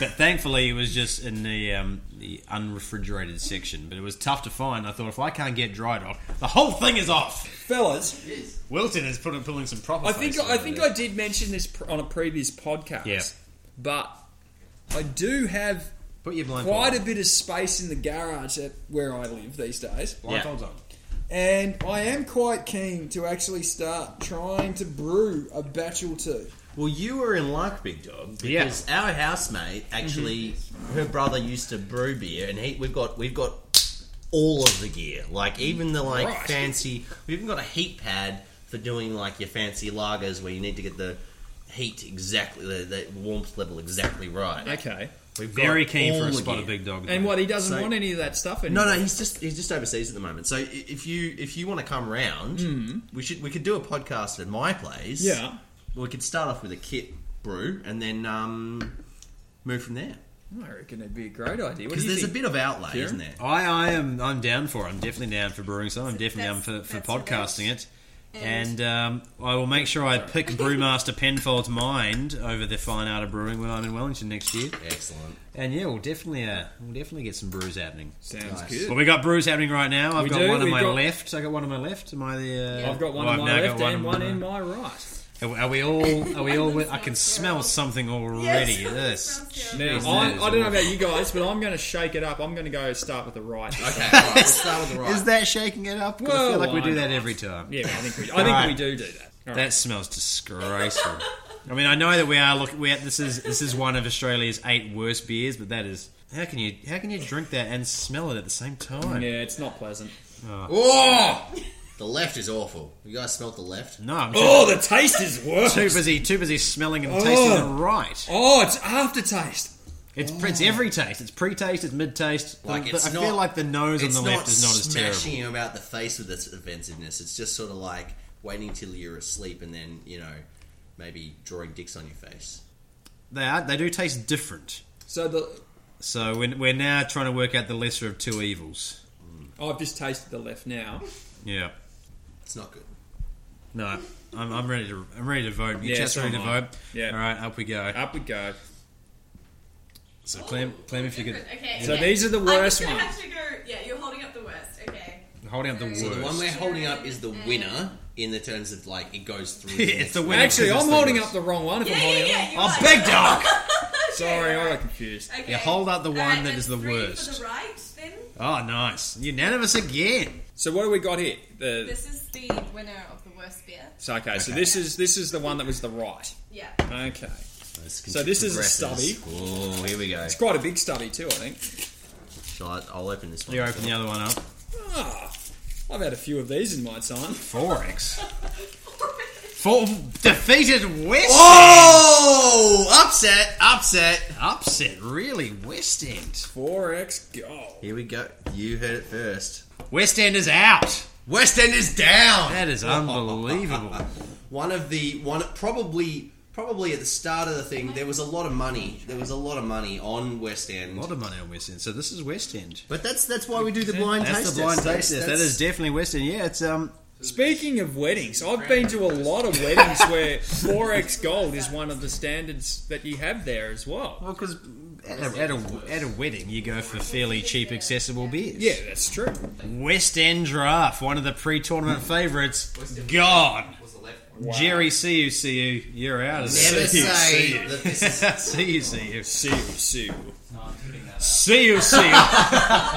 Speaker 2: But thankfully, it was just in the um, the unrefrigerated section. But it was tough to find. I thought if I can't get dry dock, the whole thing is off.
Speaker 1: fellas.
Speaker 2: Wilton is putting pulling some proper.
Speaker 1: I think
Speaker 2: faces
Speaker 1: I
Speaker 2: over
Speaker 1: think
Speaker 2: there.
Speaker 1: I did mention this pr- on a previous podcast.
Speaker 2: Yeah.
Speaker 1: But I do have
Speaker 2: put your blindfold.
Speaker 1: quite a
Speaker 2: on.
Speaker 1: bit of space in the garage at where I live these days.
Speaker 2: blindfolds on.
Speaker 1: And I am quite keen to actually start trying to brew a batch or two.
Speaker 3: Well, you were in luck, big dog,
Speaker 2: Yeah. Mm-hmm.
Speaker 3: because our housemate actually, her brother used to brew beer, and he we've got we've got all of the gear, like even the like
Speaker 1: Right.
Speaker 3: fancy. We've even got a heat pad for doing like your fancy lagers where you need to get the heat exactly the, the warmth level exactly right.
Speaker 1: Okay.
Speaker 3: We've got
Speaker 2: Very keen for
Speaker 3: all
Speaker 2: a
Speaker 3: the
Speaker 2: spot of
Speaker 3: gear.
Speaker 2: big dog.
Speaker 1: And
Speaker 2: though.
Speaker 1: what he doesn't
Speaker 3: So-
Speaker 1: want any of that stuff
Speaker 3: No,
Speaker 1: anymore.
Speaker 3: no, he's just he's just overseas at the moment. So i- if you if you want to come round,
Speaker 2: Mm-hmm.
Speaker 3: we should we could do a podcast at my place.
Speaker 1: Yeah.
Speaker 3: Well, we could start off with a kit brew and then um, move from there.
Speaker 1: I reckon it'd be a great idea. What do
Speaker 3: Because
Speaker 1: you
Speaker 3: there's
Speaker 1: think?
Speaker 3: a bit of outlay,
Speaker 1: Kieran?
Speaker 3: isn't there?
Speaker 2: I, I am I'm down for it. I'm definitely down for brewing some. I'm definitely down
Speaker 7: That's-
Speaker 2: for, for
Speaker 7: that's the
Speaker 2: podcasting it. And,
Speaker 7: And-
Speaker 2: um, I will make sure I pick Brewmaster Penfold's mind over the fine art of brewing when I'm in Wellington next year.
Speaker 3: [LAUGHS] Excellent.
Speaker 2: And yeah, we'll definitely uh, we'll definitely get some brews happening.
Speaker 1: Sounds
Speaker 3: Nice.
Speaker 1: good.
Speaker 2: Well, we got brews happening right now. I've
Speaker 1: We
Speaker 2: got
Speaker 1: do,
Speaker 2: one on
Speaker 1: we've
Speaker 2: my
Speaker 1: got-
Speaker 2: left. I got one on my left. Am I the? Uh,
Speaker 1: I've got one
Speaker 2: well,
Speaker 1: in
Speaker 2: I've
Speaker 1: my
Speaker 2: now
Speaker 1: left
Speaker 2: got
Speaker 1: and
Speaker 2: on
Speaker 1: one in my right.
Speaker 2: Are are we all? Are we all? I can
Speaker 7: smells
Speaker 2: smell
Speaker 7: terrible.
Speaker 2: something already. This.
Speaker 7: Sounds
Speaker 1: Now, I,
Speaker 2: Jeez, that
Speaker 7: terrible.
Speaker 2: is
Speaker 1: I don't know
Speaker 2: awful.
Speaker 1: about you guys, but I'm going to shake it up. I'm going to go start with the right.
Speaker 3: Okay, all right, we'll start with the right.
Speaker 2: Is that shaking it up? 'Cause I
Speaker 1: Well,
Speaker 2: feel like we do
Speaker 1: why
Speaker 2: that
Speaker 1: not?
Speaker 2: every time.
Speaker 1: Yeah, I think we, I
Speaker 2: All
Speaker 1: think
Speaker 2: right.
Speaker 1: we do do that. All right.
Speaker 2: That smells disgraceful. I mean, I know that we are look. We are, this is this is one of Australia's eight worst beers, but that is how can you how can you drink that and smell it at the same time?
Speaker 1: Yeah, it's not pleasant.
Speaker 3: oh! The left is awful. You guys smelt the left?
Speaker 2: No, I'm too,
Speaker 1: Oh, the taste [LAUGHS] is worse.
Speaker 2: too busy too busy smelling and tasting
Speaker 1: Oh.
Speaker 2: it right.
Speaker 1: Oh, it's aftertaste.
Speaker 2: It's it's every taste. It's pre taste. It's mid taste.
Speaker 3: Like, it's
Speaker 2: I
Speaker 3: not-
Speaker 2: feel like the nose on
Speaker 3: It's
Speaker 2: the
Speaker 3: not
Speaker 2: left is not as
Speaker 3: smashing
Speaker 2: terrible.
Speaker 3: you about the face with its offensiveness. It's just sort of like waiting till you're asleep and then, you know, maybe drawing dicks on your face.
Speaker 2: They are, they do taste different.
Speaker 1: So the
Speaker 2: So we're, we're now trying to work out the lesser of two evils.
Speaker 1: oh, I've just tasted the left now.
Speaker 2: Yeah.
Speaker 3: It's not good.
Speaker 2: No, I'm, I'm ready to I'm ready to vote. You
Speaker 1: Yeah,
Speaker 2: chaps
Speaker 1: so
Speaker 2: ready to
Speaker 1: am I.
Speaker 2: vote?
Speaker 1: Yeah.
Speaker 2: All right, up we go.
Speaker 1: Up we go.
Speaker 2: So Clem, Clem, if you could
Speaker 7: Okay.
Speaker 1: So
Speaker 7: okay.
Speaker 1: these are the
Speaker 7: I'm
Speaker 1: worst
Speaker 7: just gonna
Speaker 1: ones.
Speaker 7: have to go. Yeah, you're holding up the worst. Okay.
Speaker 2: holding up the
Speaker 7: So
Speaker 2: worst.
Speaker 3: The one we're holding up is the winner in the terms of like it
Speaker 2: [LAUGHS]
Speaker 3: goes through.
Speaker 2: Yeah,
Speaker 3: next
Speaker 2: it's the
Speaker 3: one.
Speaker 2: winner.
Speaker 1: Actually,
Speaker 2: Because
Speaker 1: I'm
Speaker 2: it's the
Speaker 1: holding
Speaker 2: worst.
Speaker 1: up the wrong one. If
Speaker 7: Yeah,
Speaker 1: I'm
Speaker 7: yeah,
Speaker 1: holding
Speaker 7: yeah.
Speaker 1: up.
Speaker 2: Oh,
Speaker 7: You're right.
Speaker 2: big dog.
Speaker 1: Sorry, I got confused.
Speaker 7: Okay.
Speaker 2: You hold out the one
Speaker 7: Alright,
Speaker 2: that is the
Speaker 7: three
Speaker 2: worst.
Speaker 7: For the right, then
Speaker 2: Oh, nice. Unanimous again.
Speaker 1: So what do we got here? The
Speaker 7: this is the winner of the worst beer.
Speaker 1: so, okay, So this is this is the one that was the right.
Speaker 7: Yeah.
Speaker 1: Okay.
Speaker 3: So
Speaker 1: this is a
Speaker 3: progresses.
Speaker 1: stubby.
Speaker 3: Oh, here we go.
Speaker 1: It's quite a big stubby too. I think.
Speaker 3: Shall I, I'll open this one.
Speaker 2: You open the other one up.
Speaker 1: Ah, I've had a few of these in my time.
Speaker 2: Forex. For, defeated West
Speaker 3: Oh, upset, upset.
Speaker 2: End. Upset, really? West End.
Speaker 1: Four X goal.
Speaker 3: Here we go. You heard it first.
Speaker 2: West End is out.
Speaker 3: West End is down.
Speaker 2: That is unbelievable.
Speaker 3: [LAUGHS] one of the one probably probably at the start of the thing there was a lot of money there was a lot of money on west end
Speaker 2: of money on West End. So this is West End.
Speaker 3: but that's that's why we do the blind
Speaker 2: That's
Speaker 3: taste
Speaker 2: the blind
Speaker 3: test.
Speaker 2: taste test. That is definitely West End. Yeah, it's um.
Speaker 1: Speaking of weddings, I've been to a lot of weddings where four X gold is one of the standards that you have there as well.
Speaker 2: Well, because at a, at, a, at a wedding you go for fairly cheap, accessible beers.
Speaker 1: Yeah, that's true.
Speaker 2: West End Draft, one of the pre-tournament favourites, gone.
Speaker 6: Was the left one?
Speaker 2: Jerry, see you, see you. You're out of [LAUGHS]
Speaker 3: never
Speaker 2: there.
Speaker 3: say that this is
Speaker 2: [LAUGHS] see you, see you.
Speaker 1: Sue, Sue.
Speaker 6: No, I'm putting that up.
Speaker 2: See you, see you.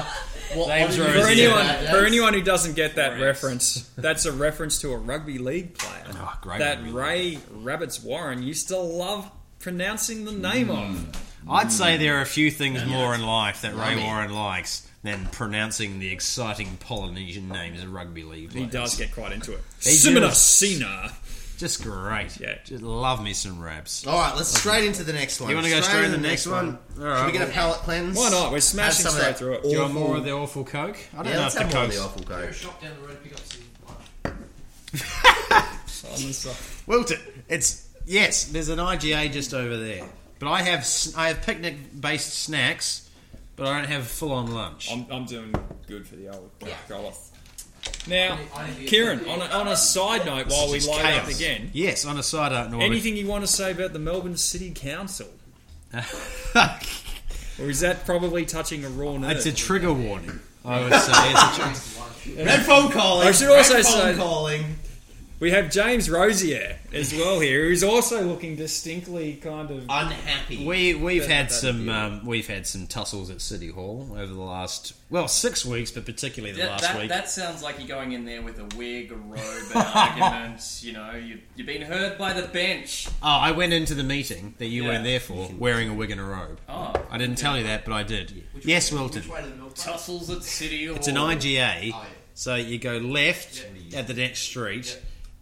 Speaker 2: Names
Speaker 1: For
Speaker 2: are easy.
Speaker 1: anyone,
Speaker 3: that-
Speaker 1: for anyone who doesn't get that
Speaker 8: 4X.
Speaker 1: reference, that's a reference to a rugby league player
Speaker 2: Oh, great
Speaker 1: that
Speaker 2: rugby
Speaker 1: Ray Rabbits Warren used to love pronouncing the name
Speaker 2: Mm.
Speaker 1: of.
Speaker 2: I'd say there are a few things more in life that Ray
Speaker 3: Yummy.
Speaker 2: Warren likes than pronouncing the exciting Polynesian names of rugby league
Speaker 1: He
Speaker 2: players.
Speaker 1: does get quite into it.
Speaker 2: He
Speaker 1: Simina
Speaker 2: does.
Speaker 1: Sina.
Speaker 2: Just great.
Speaker 1: Yeah.
Speaker 2: Just love me some raps.
Speaker 3: all right let's straight into the next one
Speaker 2: You wanna go straight
Speaker 3: into
Speaker 2: in the next one? All right,
Speaker 3: should we get a
Speaker 2: well-
Speaker 3: palate cleanse
Speaker 1: Why not? We're smashing
Speaker 3: Have some of
Speaker 1: straight
Speaker 3: that
Speaker 1: through it.
Speaker 2: Do you want
Speaker 3: awful-
Speaker 2: more of the awful Coke? I don't
Speaker 3: yeah
Speaker 2: know
Speaker 3: let's
Speaker 2: if the
Speaker 3: have more of
Speaker 2: Coke's...
Speaker 3: the awful
Speaker 6: Go
Speaker 3: coke
Speaker 6: shop down the road, pick up some wine.
Speaker 2: Wilt it. It's yes. There's an IGA just over there, but I have s- I have picnic based snacks, but I don't have full on lunch.
Speaker 1: I'm, I'm doing good for the old
Speaker 7: Yeah.
Speaker 1: cola. Now,
Speaker 6: I need to get
Speaker 1: Kieran,
Speaker 6: some-
Speaker 1: on a, on a side note, while we
Speaker 2: It's
Speaker 1: light up
Speaker 2: chaos.
Speaker 1: again,
Speaker 2: Yes, on a side note, Norbert.
Speaker 1: anything you want to say about the Melbourne City Council? Or is that probably touching a raw nerve?
Speaker 2: [LAUGHS] it's a trigger warning. I would say it's a tr-
Speaker 3: red phone calling
Speaker 1: I should also
Speaker 3: red phone
Speaker 1: say-
Speaker 3: calling
Speaker 1: we have James Rosier as well here, who's also looking distinctly kind
Speaker 2: [LAUGHS]
Speaker 1: of.
Speaker 3: unhappy
Speaker 2: we
Speaker 1: Yeah,
Speaker 2: we've had
Speaker 1: that'd
Speaker 2: some
Speaker 1: be it.
Speaker 2: um, we've had some tussles at City Hall over the last well six weeks, but particularly the
Speaker 8: That,
Speaker 2: last
Speaker 8: that-
Speaker 2: week.
Speaker 8: that sounds like you're going in there with a wig, a robe, an argument. You know, you, you're being heard by the bench.
Speaker 2: Oh, I went into the meeting that you
Speaker 8: Yeah.
Speaker 2: weren't there for wearing a wig and a robe.
Speaker 8: Oh,
Speaker 2: I didn't tell you that, but I did.
Speaker 6: Which
Speaker 2: yes,
Speaker 6: way-
Speaker 2: Wilton.
Speaker 6: Which way to the milk? bar?
Speaker 8: tussles at City Hall.
Speaker 2: It's an IGA,
Speaker 6: Oh, yeah.
Speaker 2: so you go left at the next street,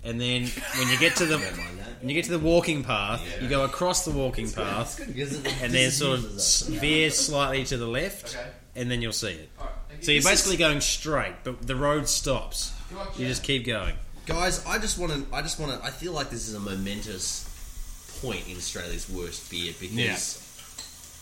Speaker 2: and then when you get to
Speaker 6: [LAUGHS]
Speaker 2: the when you get to the walking path, you go across the walking path, and then sort of veer slightly to the left,
Speaker 6: Okay.
Speaker 2: and then you'll see it.
Speaker 6: Alright, thank
Speaker 2: So
Speaker 6: you.
Speaker 2: you're basically going straight, but the road stops. You just keep going.
Speaker 3: Guys, I just want to. I just want to. I feel like this is a momentous point in Australia's worst beer because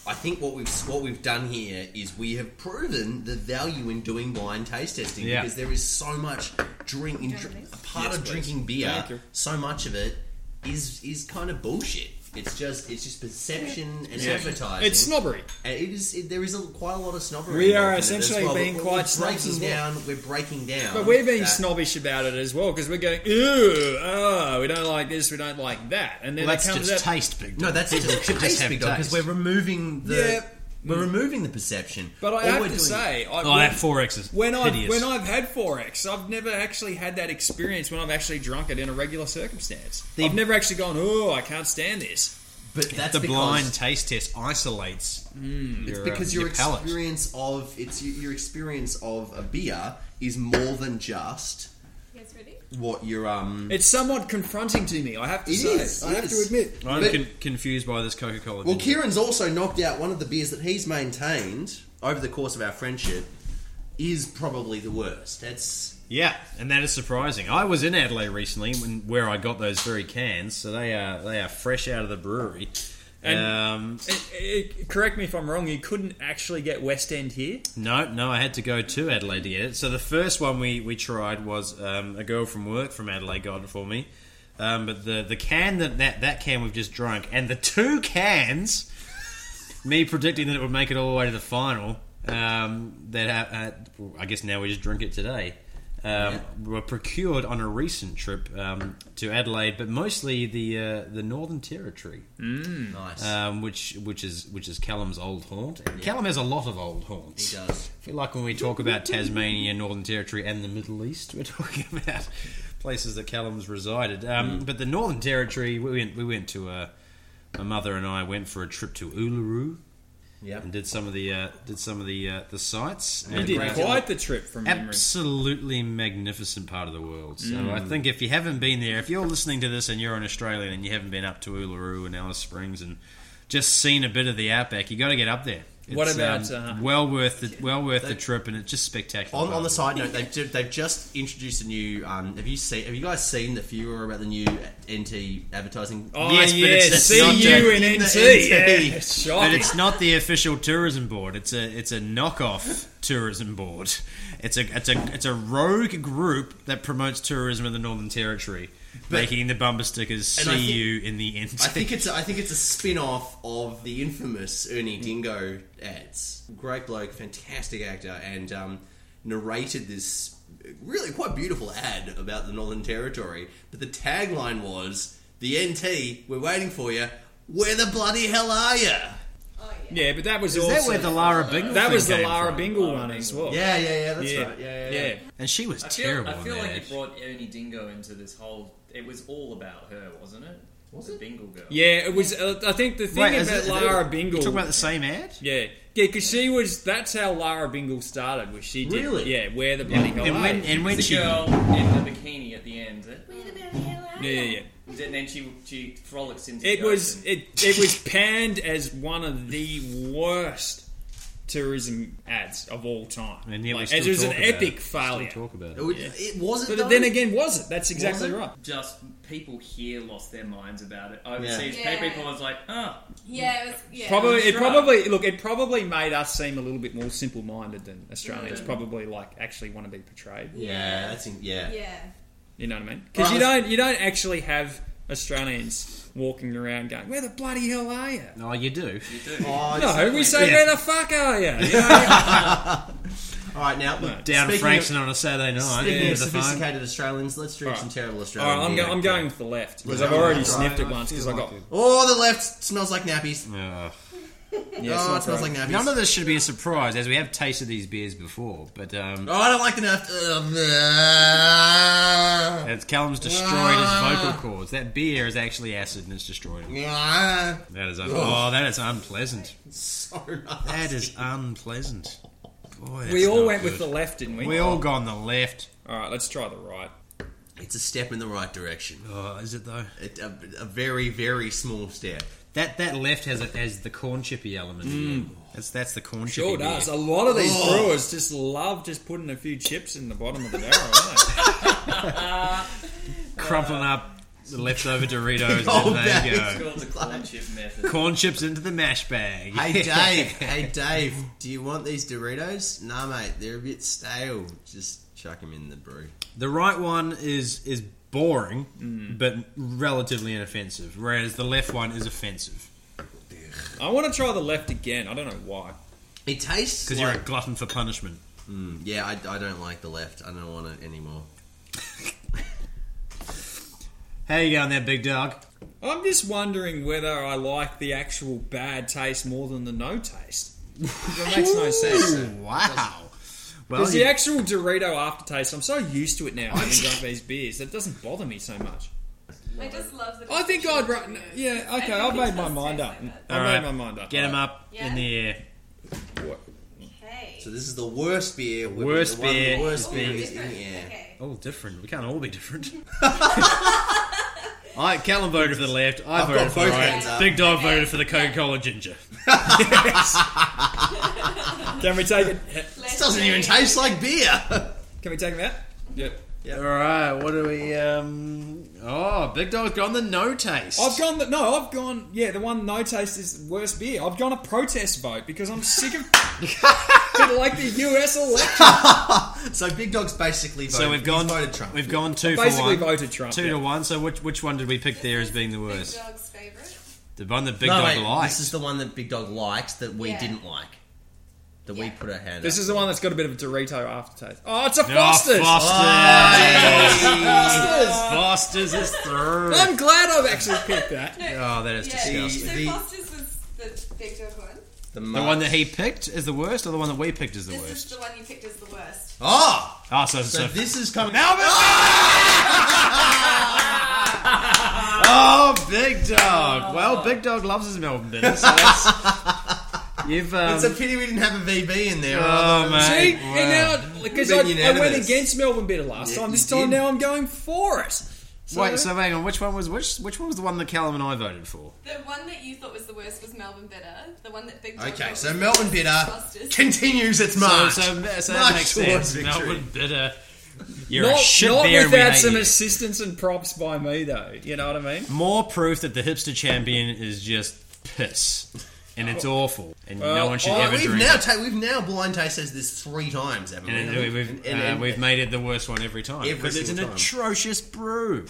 Speaker 3: I think what we've what we've done here is we have proven the value in doing wine taste testing
Speaker 2: Yeah.
Speaker 3: because there is so much drink in dr- a part
Speaker 1: Yes,
Speaker 3: of
Speaker 1: please.
Speaker 3: drinking
Speaker 1: Thank
Speaker 3: beer.
Speaker 1: you.
Speaker 3: So much of it is is kind of bullshit. It's just it's just perception and advertising.
Speaker 1: It's snobbery.
Speaker 3: And it is it, there is a, quite a lot of snobbery.
Speaker 1: We are
Speaker 3: involved in it as
Speaker 1: essentially
Speaker 3: well, but
Speaker 1: being
Speaker 3: we're
Speaker 1: quite snobs
Speaker 3: breaking
Speaker 1: as well.
Speaker 3: down. We're breaking down,
Speaker 1: But we're being
Speaker 3: that-
Speaker 1: snobbish about it as well because we're going, ew, oh, we don't like this, we don't like that. And then
Speaker 2: Well,
Speaker 1: it
Speaker 2: that's
Speaker 1: comes
Speaker 2: just
Speaker 1: up.
Speaker 2: taste, big.
Speaker 3: No,
Speaker 2: dog.
Speaker 3: that's it. Just
Speaker 2: Just
Speaker 3: taste,
Speaker 2: have
Speaker 3: big dog, because
Speaker 2: taste.
Speaker 3: we're removing the
Speaker 1: Yeah.
Speaker 3: we're removing the perception.
Speaker 1: but I
Speaker 3: All
Speaker 1: have
Speaker 3: we're
Speaker 1: to
Speaker 3: doing-
Speaker 1: say, I,
Speaker 2: Oh, that four X is
Speaker 1: when I've,
Speaker 2: hideous.
Speaker 1: when I've had Forex, I've never actually had that experience when I've actually drunk it in a regular circumstance.
Speaker 3: The-
Speaker 1: I've never actually gone, oh, I can't stand this.
Speaker 3: but that's
Speaker 2: the
Speaker 3: because,
Speaker 2: blind taste test isolates. your,
Speaker 3: It's
Speaker 2: um,
Speaker 3: because your,
Speaker 2: your palate.
Speaker 3: experience of it's your, your experience of a beer is more than just
Speaker 7: You guys ready?
Speaker 3: what your um.
Speaker 1: It's somewhat confronting to me, I have to
Speaker 3: It
Speaker 1: say.
Speaker 3: is,
Speaker 1: I
Speaker 3: it
Speaker 1: have
Speaker 3: is.
Speaker 1: to admit.
Speaker 2: I'm
Speaker 3: But-
Speaker 2: con- confused by this Coca Cola.
Speaker 3: Well, Kieran's also knocked out one of the beers that he's maintained over the course of our friendship is probably the worst. That's
Speaker 2: Yeah, and that is surprising. I was in Adelaide recently when, where I got those very cans, so they are they are fresh out of the brewery.
Speaker 1: And-
Speaker 2: um,
Speaker 1: It- it- correct me if I'm wrong, you couldn't actually get West End here.
Speaker 2: no, no, I had to go to Adelaide to get it. So the first one we, we tried was um, a girl from work from Adelaide got it for me. Um, but the, the can that, that that can we've just drunk, and the two cans, me predicting that it would make it all the way to the final. Um, that uh, uh, I guess now we just drink it today. Um, Were procured on a recent trip um, to Adelaide, but mostly the uh, the Northern Territory
Speaker 3: nice.
Speaker 2: um, which which is which is Callum's old haunt. Callum has a lot of old haunts.
Speaker 3: he does.
Speaker 2: I feel like when we talk about Tasmania, Northern Territory, and the Middle East, we're talking [LAUGHS] about places that Callum's resided. Um, But the Northern uh, Territory, we went we went to a my mother and I went for a trip to Uluru.
Speaker 3: Yep.
Speaker 2: and did some of the uh, did some of the uh, the sights.
Speaker 1: You
Speaker 2: And
Speaker 1: did
Speaker 2: great-
Speaker 1: quite the trip from memory. Mm.
Speaker 2: absolutely magnificent part of the world. So I think if you haven't been there, if you're listening to this and you're in Australia and you haven't been up to Uluru and Alice Springs and just seen a bit of the outback, you got to get up there. um,
Speaker 1: What about, uh,
Speaker 2: well worth the well worth the trip and it's just spectacular.
Speaker 3: On, on the side note, they've, ju- they've just introduced a new. Um, have you seen? Have you guys seen the furor about the new NT advertising?
Speaker 1: Oh,
Speaker 2: Yes, but
Speaker 1: yeah,
Speaker 2: it's- it's
Speaker 1: see
Speaker 2: not
Speaker 1: you
Speaker 2: a-
Speaker 1: in
Speaker 3: in the
Speaker 1: NT.
Speaker 3: NT.
Speaker 1: Yeah, it's
Speaker 2: But
Speaker 1: shocking.
Speaker 2: it's not the official tourism board. It's a it's a knockoff tourism board. It's a it's a it's a rogue group that promotes tourism in the Northern Territory, making the bumper stickers
Speaker 3: And
Speaker 2: "See
Speaker 3: I think-
Speaker 2: you in the end."
Speaker 3: I think it's a, I think it's a spin off of the infamous Ernie Dingo ads. Great bloke, fantastic actor, and um, narrated this really quite beautiful ad about the Northern Territory. But the tagline was "The NT, we're waiting for you. Where the bloody hell are you?"
Speaker 7: Oh, yeah.
Speaker 1: yeah, but that was
Speaker 2: Is
Speaker 1: also
Speaker 2: that where the Lara Bingle?
Speaker 1: that
Speaker 2: thing
Speaker 1: was the
Speaker 2: came
Speaker 1: Lara
Speaker 2: from?
Speaker 1: Bingle one as well.
Speaker 3: Yeah, yeah, yeah. That's
Speaker 1: Oh. Yeah.
Speaker 3: right. Yeah, yeah. yeah.
Speaker 1: yeah.
Speaker 2: and she was
Speaker 8: I feel,
Speaker 2: terrible.
Speaker 8: I feel
Speaker 2: in
Speaker 8: like
Speaker 2: that
Speaker 8: it
Speaker 2: ad.
Speaker 8: brought Ernie Dingo into this whole. It was all about her, wasn't it? Was the Bingle girl?
Speaker 1: Yeah, it was. Uh, I think the thing
Speaker 2: Wait, is
Speaker 1: about
Speaker 2: it-
Speaker 1: Lara
Speaker 2: You
Speaker 1: Bingle.
Speaker 2: talking about the same ad?
Speaker 1: yeah, yeah, because she was. That's how Lara Bingle started. Was she did?
Speaker 3: Really?
Speaker 1: Yeah, where the bloody hell?
Speaker 2: And
Speaker 1: are
Speaker 2: when
Speaker 1: you?
Speaker 2: and when
Speaker 8: The
Speaker 2: she
Speaker 8: girl in the bikini at the end,
Speaker 7: Where the bloody hell are
Speaker 1: yeah,
Speaker 7: you?
Speaker 1: yeah, yeah.
Speaker 8: and then she she frolics into.
Speaker 1: It
Speaker 8: the
Speaker 1: was
Speaker 8: ocean.
Speaker 1: it it was panned as one of the worst tourism ads of all time.
Speaker 2: And yet we
Speaker 1: Like,
Speaker 2: still
Speaker 1: as it was an
Speaker 2: talk about
Speaker 1: epic
Speaker 2: it.
Speaker 1: failure.
Speaker 2: Still talk about
Speaker 3: It,
Speaker 2: it.
Speaker 3: was- it wasn't.
Speaker 1: But
Speaker 3: though.
Speaker 1: then again, was it? That's exactly
Speaker 3: Was it?
Speaker 1: right.
Speaker 8: just people here lost their minds about it. Overseas
Speaker 7: Yeah.
Speaker 8: people was like, oh,
Speaker 7: Yeah, it was. Yeah.
Speaker 1: Probably it
Speaker 8: Sure.
Speaker 1: probably look it probably made us seem a little bit more simple minded than Australians
Speaker 3: Mm.
Speaker 1: probably like actually want to be portrayed.
Speaker 3: Yeah, that's in, yeah.
Speaker 7: Yeah.
Speaker 1: You know what I mean? Because you
Speaker 2: Right.
Speaker 1: don't you don't actually have Australians walking around going, "Where the bloody hell are you?"
Speaker 2: No, you do.
Speaker 3: Oh, it's-
Speaker 1: No, we say,
Speaker 2: Yeah.
Speaker 1: "Where the fuck are you?" you [LAUGHS] know?
Speaker 3: All right, now
Speaker 2: Down
Speaker 3: look, speaking
Speaker 2: in
Speaker 3: of-
Speaker 2: Frankston on a Saturday night.
Speaker 3: Speaking
Speaker 2: with
Speaker 3: of
Speaker 2: the phone.
Speaker 3: sophisticated Australians, let's drink
Speaker 1: All
Speaker 3: some
Speaker 1: right.
Speaker 3: terrible
Speaker 1: All
Speaker 3: Australian.
Speaker 1: right, I'm,
Speaker 3: beer.
Speaker 1: go- I'm going with the left because I've
Speaker 3: Yeah,
Speaker 1: already
Speaker 3: right.
Speaker 1: sniffed it once because I got.
Speaker 3: Oh, the left smells like nappies.
Speaker 2: Ugh.
Speaker 1: Yeah, it's
Speaker 3: oh, it
Speaker 1: not
Speaker 3: smells
Speaker 1: great.
Speaker 3: like nappies.
Speaker 2: None of this should be a surprise, as we have tasted these beers before. But um,
Speaker 3: Oh, I don't like the nappies.
Speaker 2: It's Callum's destroyed his
Speaker 1: Ah.
Speaker 2: vocal cords. That beer is actually acid and it's destroyed him. That is un- oh, that is unpleasant.
Speaker 3: Ah. so
Speaker 2: That
Speaker 3: nasty.
Speaker 2: is unpleasant. Boy, that's
Speaker 1: We all
Speaker 2: not
Speaker 1: went with
Speaker 2: good.
Speaker 1: the left, didn't we?
Speaker 2: We all gone the left.
Speaker 1: All right, let's try the right.
Speaker 3: It's a step in the right direction.
Speaker 2: Oh, is it though?
Speaker 3: It, a, a very, very small step.
Speaker 2: That that left has it has the corn chippy element. in it. That's that's the corn chippy.
Speaker 1: Mm. Sure does.
Speaker 2: beer.
Speaker 1: A lot of these
Speaker 3: Oh.
Speaker 1: brewers just love just putting a few chips in the bottom of the barrel, don't they?
Speaker 2: Crumpling up the
Speaker 1: [LAUGHS]
Speaker 2: leftover Doritos.
Speaker 3: Oh,
Speaker 2: and
Speaker 3: that
Speaker 2: there
Speaker 3: is
Speaker 2: you
Speaker 8: it's
Speaker 2: go.
Speaker 8: called [LAUGHS] the corn chip
Speaker 2: [LAUGHS]
Speaker 8: method.
Speaker 2: Corn chips into the mash bag. [LAUGHS]
Speaker 3: Hey [LAUGHS] Dave, hey Dave, do you want these Doritos? Nah, mate, they're a bit stale. Just chuck them in the brew.
Speaker 2: The right one is is boring,
Speaker 3: Mm.
Speaker 2: but relatively inoffensive, whereas the left one is offensive.
Speaker 1: I want to try the left again. I don't know why.
Speaker 3: It tastes
Speaker 2: Because you're a
Speaker 3: like,
Speaker 2: glutton for punishment.
Speaker 3: yeah. I, I don't like the left. I don't want it anymore.
Speaker 2: How you going there, big dog?
Speaker 1: I'm just wondering whether I like the actual bad taste more than the no taste. That makes no sense.
Speaker 2: Wow. Well,
Speaker 1: Because the actual Dorito aftertaste, I'm so used to it now having drunk these beers that it doesn't bother me so much.
Speaker 7: I just love the.
Speaker 1: I think I'd ra- yeah okay. I've made my mind up. Uh, I've
Speaker 2: Alright.
Speaker 1: made my mind up.
Speaker 2: get him up in
Speaker 7: Yeah.
Speaker 2: the air.
Speaker 7: Okay.
Speaker 3: So this is the worst beer. we've-
Speaker 2: Worst
Speaker 3: the one- the
Speaker 2: beer.
Speaker 3: worst
Speaker 7: All
Speaker 3: beer is in
Speaker 7: different.
Speaker 3: the air.
Speaker 7: Okay.
Speaker 2: All different. We can't all be different. I Callum voted for the left. I
Speaker 3: I've
Speaker 2: voted
Speaker 3: got
Speaker 2: for the
Speaker 3: both
Speaker 2: right.
Speaker 3: hands up.
Speaker 2: Big dog voted for the Coca-Cola ginger.
Speaker 1: Can we take it?
Speaker 7: Let's
Speaker 3: This doesn't even
Speaker 7: see.
Speaker 3: taste like beer. [LAUGHS]
Speaker 1: Can we take him out? Yep.
Speaker 2: All right. What do we? Um. Oh, big dog's gone the no taste.
Speaker 1: I've gone. The, no, I've gone. Yeah, the one no taste is worst beer. I've gone a protest vote because I'm sick [LAUGHS] of Bit like the U.S. election.
Speaker 3: So Big Dog's basically voted,
Speaker 2: so we've gone.
Speaker 3: he's voted Trump.
Speaker 2: We've gone two for
Speaker 1: Basically
Speaker 2: one.
Speaker 1: voted Trump.
Speaker 2: Two
Speaker 1: yeah.
Speaker 2: to one. So which which one did we pick there as being the worst?
Speaker 7: Big dog's favourite.
Speaker 2: The one that big
Speaker 3: no,
Speaker 2: dog
Speaker 3: wait,
Speaker 2: likes.
Speaker 3: this is the one that Big Dog likes that we
Speaker 7: Yeah.
Speaker 3: didn't like. That we
Speaker 7: Yeah.
Speaker 3: put our hand.
Speaker 1: This
Speaker 3: up
Speaker 1: is the
Speaker 3: for.
Speaker 1: one that's got a bit of a Dorito aftertaste. Oh, it's a
Speaker 2: Oh,
Speaker 1: Foster's. Oh,
Speaker 2: Foster's.
Speaker 1: Foster's.
Speaker 2: Foster's is through.
Speaker 1: I'm glad I've actually picked [LAUGHS] that.
Speaker 2: Oh, that is
Speaker 7: Yeah.
Speaker 2: disgusting.
Speaker 7: So
Speaker 3: The-
Speaker 7: Foster's was the big dog one.
Speaker 3: [LAUGHS] The,
Speaker 2: The one that he picked is the worst, or the one that we picked is the
Speaker 7: This is
Speaker 2: worst?
Speaker 7: the one you picked as the worst.
Speaker 3: Oh,
Speaker 2: Ah, so,
Speaker 3: so
Speaker 2: so,
Speaker 3: this is coming. Ah!
Speaker 2: now.
Speaker 1: [LAUGHS]
Speaker 2: Oh, Big Dog. Well, Big Dog loves his Melbourne bitters. So that's, You've um,
Speaker 3: it's a pity we didn't have a VB in there.
Speaker 2: [LAUGHS] oh
Speaker 1: See,
Speaker 2: mate,
Speaker 1: and now because
Speaker 3: We've
Speaker 1: I,
Speaker 3: been
Speaker 1: I went
Speaker 3: unanimous.
Speaker 1: against Melbourne Bitter last
Speaker 3: Yeah,
Speaker 1: time. This
Speaker 3: you
Speaker 1: time
Speaker 3: did.
Speaker 1: now I'm going for it. So,
Speaker 2: wait. So hang on, which one was which? Which one was the one that Callum and I voted for?
Speaker 7: The one that you thought was the worst was Melbourne Better. The one that Big Dog
Speaker 3: Okay,
Speaker 7: thought
Speaker 3: so
Speaker 7: was
Speaker 3: Melbourne
Speaker 7: the
Speaker 3: Bitter
Speaker 7: fastest.
Speaker 3: continues its march.
Speaker 2: So, so, so
Speaker 3: March
Speaker 2: that makes
Speaker 3: towards
Speaker 2: sense.
Speaker 3: victory.
Speaker 2: Melbourne bitter. You're a
Speaker 1: not,
Speaker 2: shit
Speaker 1: not
Speaker 2: beer, we
Speaker 1: without
Speaker 2: hate
Speaker 1: some
Speaker 2: you.
Speaker 1: assistance and props by me though. You know what I mean?
Speaker 2: More proof that the hipster champion is just piss, and it's awful, and no
Speaker 1: Well,
Speaker 2: one should
Speaker 1: oh,
Speaker 2: ever
Speaker 3: Oh. we've
Speaker 2: drink
Speaker 3: now
Speaker 2: it.
Speaker 3: ta- we've now blind tasted this three times, haven't we?
Speaker 2: And then we've,
Speaker 3: And-
Speaker 2: uh,
Speaker 3: and- and-
Speaker 2: we've made it the worst one every time
Speaker 3: Every
Speaker 2: because it's an
Speaker 3: single time.
Speaker 2: atrocious brew.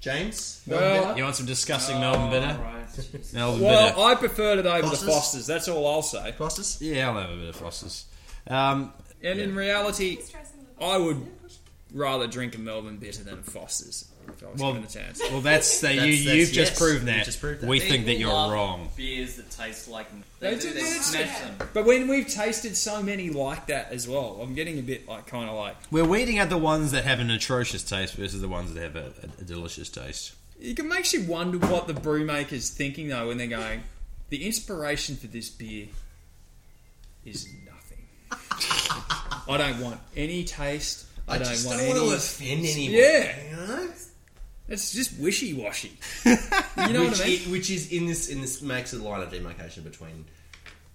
Speaker 3: James.
Speaker 1: Well,
Speaker 2: You want some disgusting
Speaker 3: Oh.
Speaker 2: Melbourne bitter? Melbourne bitter.
Speaker 1: Well, I preferred it over
Speaker 3: Fosters?
Speaker 1: the Fosters. That's all I'll say.
Speaker 3: Costas.
Speaker 2: Yeah, I'll have a bit of Frosters. Um,
Speaker 1: And in reality,
Speaker 7: Let's try some of the
Speaker 1: I would
Speaker 7: fastest.
Speaker 1: rather drink a Melbourne Bitter than a Fosters. If I was
Speaker 2: Well,
Speaker 1: given the chance.
Speaker 2: well, that's, that. you,
Speaker 3: That's- that's-
Speaker 2: you've just
Speaker 3: yes,
Speaker 2: proven
Speaker 3: you've
Speaker 2: that.
Speaker 3: just proved that.
Speaker 2: We think that you're wrong.
Speaker 8: Beers that taste like
Speaker 1: They
Speaker 8: they,
Speaker 1: do,
Speaker 8: they,
Speaker 1: yeah, it's-
Speaker 8: smash them.
Speaker 1: But when we've tasted so many like that as well, I'm getting a bit like kind of like
Speaker 2: We're weeding out the ones that have an atrocious taste versus the ones that have a, a, a delicious taste.
Speaker 1: It can makes you wonder what the brewmaker's thinking though when they're going, the inspiration for this beer is nothing. [LAUGHS] I don't want any taste. I,
Speaker 3: I
Speaker 1: don't
Speaker 3: just
Speaker 1: want
Speaker 3: don't want
Speaker 1: any.
Speaker 3: to offend anyone.
Speaker 1: Yeah.
Speaker 3: You know?
Speaker 1: It's just wishy
Speaker 3: [LAUGHS]
Speaker 1: washy. you know
Speaker 3: which,
Speaker 1: what I mean?
Speaker 3: i- which is in this in this makes a line of demarcation between,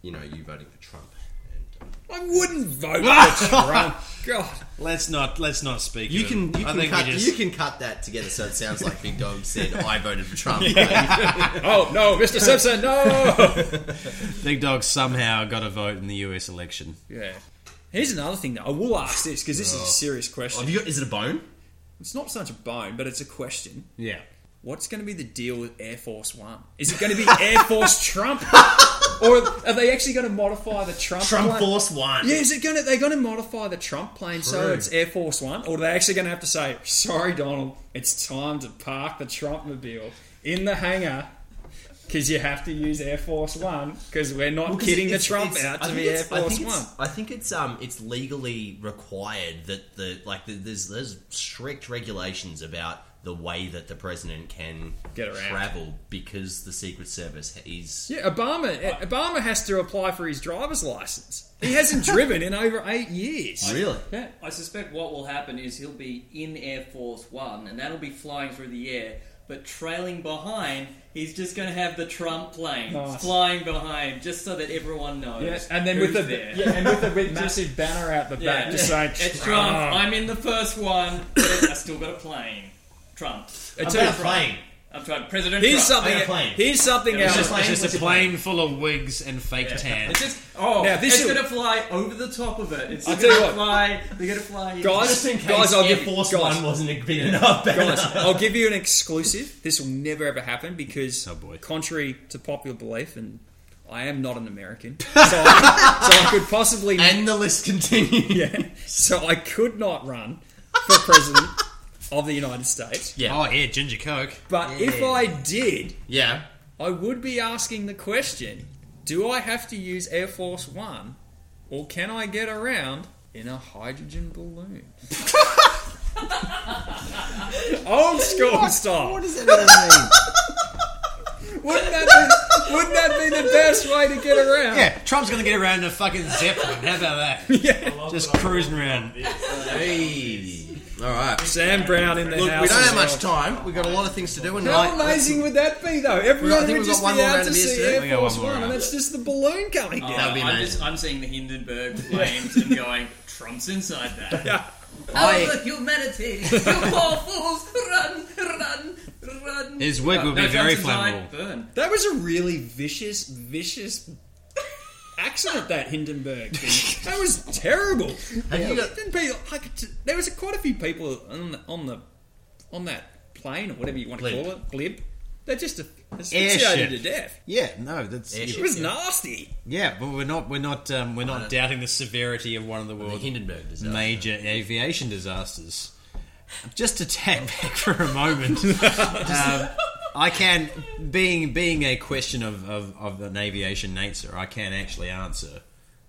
Speaker 3: you know, you voting for Trump and. uh,
Speaker 1: I wouldn't vote
Speaker 3: [LAUGHS]
Speaker 1: for Trump. God.
Speaker 2: Let's not let's not speak.
Speaker 3: You
Speaker 2: of
Speaker 3: can
Speaker 2: it.
Speaker 3: you
Speaker 2: I
Speaker 3: can
Speaker 2: think
Speaker 3: cut
Speaker 2: we just,
Speaker 3: you can cut that together so it sounds like Big Dog said I voted for [LAUGHS] Trump.
Speaker 1: Oh no, Mr. Simpson,
Speaker 3: [LAUGHS]
Speaker 1: no.
Speaker 2: Big Dog somehow got a vote in the U.S. election.
Speaker 1: yeah. Here's another thing though. I will ask this because this is
Speaker 3: Oh.
Speaker 1: a serious
Speaker 3: Have
Speaker 1: question.
Speaker 3: you got, is it a bone?
Speaker 1: It's not such a bone, but it's a question.
Speaker 2: Yeah.
Speaker 1: what's going to be the deal with Air Force One? Is it going to be Air
Speaker 3: [LAUGHS]
Speaker 1: Force Trump, or are they actually going to modify the Trump? plane?
Speaker 3: One.
Speaker 1: Yeah, is it going to? They're going to modify the Trump plane so
Speaker 3: True.
Speaker 1: it's Air Force One, or are they actually going to have to say, "Sorry, Donald, it's time to park the Trumpmobile in the hangar"? Because you have to use Air Force One because we're not
Speaker 3: Well, Oh, 'cause
Speaker 1: kidding the
Speaker 3: it's-
Speaker 1: Trump
Speaker 3: it's-
Speaker 1: out
Speaker 3: I
Speaker 1: to
Speaker 3: think
Speaker 1: be Air
Speaker 3: it's- I
Speaker 1: Force
Speaker 3: think it's-
Speaker 1: One.
Speaker 3: I think it's um it's legally required that the like the, there's there's strict regulations about the way that the president can
Speaker 1: Get around.
Speaker 3: travel because the Secret Service is
Speaker 1: Yeah, Obama. eh, Obama has to apply for his driver's license. He hasn't driven in over eight years.
Speaker 3: really
Speaker 1: Yeah.
Speaker 8: I suspect what will happen is he'll be in Air Force One, and that'll be flying through the air. But trailing behind, he's just going to have the Trump plane
Speaker 1: Nice.
Speaker 8: flying behind, just so that everyone knows.
Speaker 1: Yeah, and then with
Speaker 8: who's
Speaker 1: the
Speaker 8: there.
Speaker 1: yeah, and with the
Speaker 8: [LAUGHS]
Speaker 1: big massive banner out the back,
Speaker 8: Yeah.
Speaker 1: just saying
Speaker 8: it's Trump.
Speaker 1: "Ah."
Speaker 8: I'm in the first one. but I still got a plane. Trump.
Speaker 1: It's
Speaker 3: I'm
Speaker 1: a-
Speaker 3: not playing.
Speaker 8: I'm trying. President
Speaker 1: Here's
Speaker 8: Trump.
Speaker 1: something.
Speaker 3: I'm a plane.
Speaker 1: Here's something
Speaker 8: It's
Speaker 1: else.
Speaker 8: just-
Speaker 2: It's
Speaker 3: Plane,
Speaker 2: just
Speaker 3: what's
Speaker 2: a
Speaker 3: it
Speaker 2: plane full of wigs and fake tan.
Speaker 8: It's just oh,
Speaker 1: Now, this
Speaker 8: it's
Speaker 1: is-
Speaker 8: going to fly over the top of it. It's
Speaker 1: I'll
Speaker 8: going
Speaker 1: tell you
Speaker 8: to
Speaker 1: what.
Speaker 8: fly. They're going to fly.
Speaker 1: guys,
Speaker 3: Just in case
Speaker 1: guys, I'll
Speaker 3: Air
Speaker 1: give
Speaker 3: Force
Speaker 1: guys,
Speaker 3: One wasn't big enough.
Speaker 8: [LAUGHS]
Speaker 1: guys, I'll give you an exclusive. This will never ever happen because,
Speaker 2: Oh, boy.
Speaker 1: contrary to popular belief, and I am not an American, [LAUGHS] so I, so I could possibly
Speaker 3: And the list continues.
Speaker 1: yeah, so I could not run for president of the United States.
Speaker 3: Yeah.
Speaker 2: Oh yeah, ginger coke.
Speaker 1: But if
Speaker 3: Yeah.
Speaker 1: I did,
Speaker 3: Yeah.
Speaker 1: I would be asking the question do I have to use Air Force One or can I get around in a hydrogen
Speaker 3: [LAUGHS]
Speaker 1: balloon? Old school style.
Speaker 3: What does that even
Speaker 1: [LAUGHS]
Speaker 3: mean?
Speaker 1: Wouldn't that, be, wouldn't that be the best way to get around?
Speaker 2: Yeah, Trump's gonna get around in a fucking zeppelin. How [LAUGHS] about that?
Speaker 1: Yeah.
Speaker 2: Just cruising around.
Speaker 3: hey. All right.
Speaker 1: Sam Brown in the
Speaker 3: Look,
Speaker 1: house.
Speaker 3: we don't
Speaker 1: as
Speaker 3: have much
Speaker 1: well.
Speaker 3: time. We've got a lot of things to do. And
Speaker 1: How
Speaker 3: like-
Speaker 1: amazing would that be, though? Everyone
Speaker 3: think
Speaker 1: would
Speaker 3: we've
Speaker 1: just
Speaker 3: got one
Speaker 1: be
Speaker 3: more
Speaker 1: out
Speaker 3: round
Speaker 1: to
Speaker 3: of beers
Speaker 1: see
Speaker 3: today.
Speaker 2: We
Speaker 1: Air
Speaker 2: got
Speaker 1: Force
Speaker 2: one more
Speaker 1: One, and
Speaker 2: round.
Speaker 1: that's just the balloon coming down.
Speaker 3: That'd be
Speaker 8: I'm,
Speaker 3: amazing.
Speaker 8: just, I'm seeing the Hindenburg flames and going, Trump's inside
Speaker 1: [LAUGHS]
Speaker 8: that.
Speaker 7: Oh,
Speaker 3: I-
Speaker 7: [LAUGHS]
Speaker 8: the humanity! You poor fools! Run, run, run!
Speaker 2: His wig would be
Speaker 8: No,
Speaker 2: very
Speaker 8: Trump's
Speaker 2: flammable.
Speaker 8: inside, Burn.
Speaker 1: That was a really vicious, vicious accident. That Hindenburg. Thing. That was terrible.
Speaker 3: Have you got-
Speaker 1: Didn't be like, t- there was quite a few people on the, on the on that plane or whatever you want to
Speaker 3: Glib.
Speaker 1: call it, glib. They're just asphyxiated to
Speaker 2: Airship.
Speaker 1: death.
Speaker 2: Yeah, no, that's
Speaker 1: It
Speaker 3: Airship.
Speaker 1: was nasty.
Speaker 2: yeah, but we're not we're not um, we're not doubting the severity of one of the
Speaker 3: The
Speaker 2: world's
Speaker 3: Hindenburg disaster.
Speaker 2: major aviation disasters. Just to tap back for a moment, um, I can being being a question of, of, of an aviation nature, I can actually answer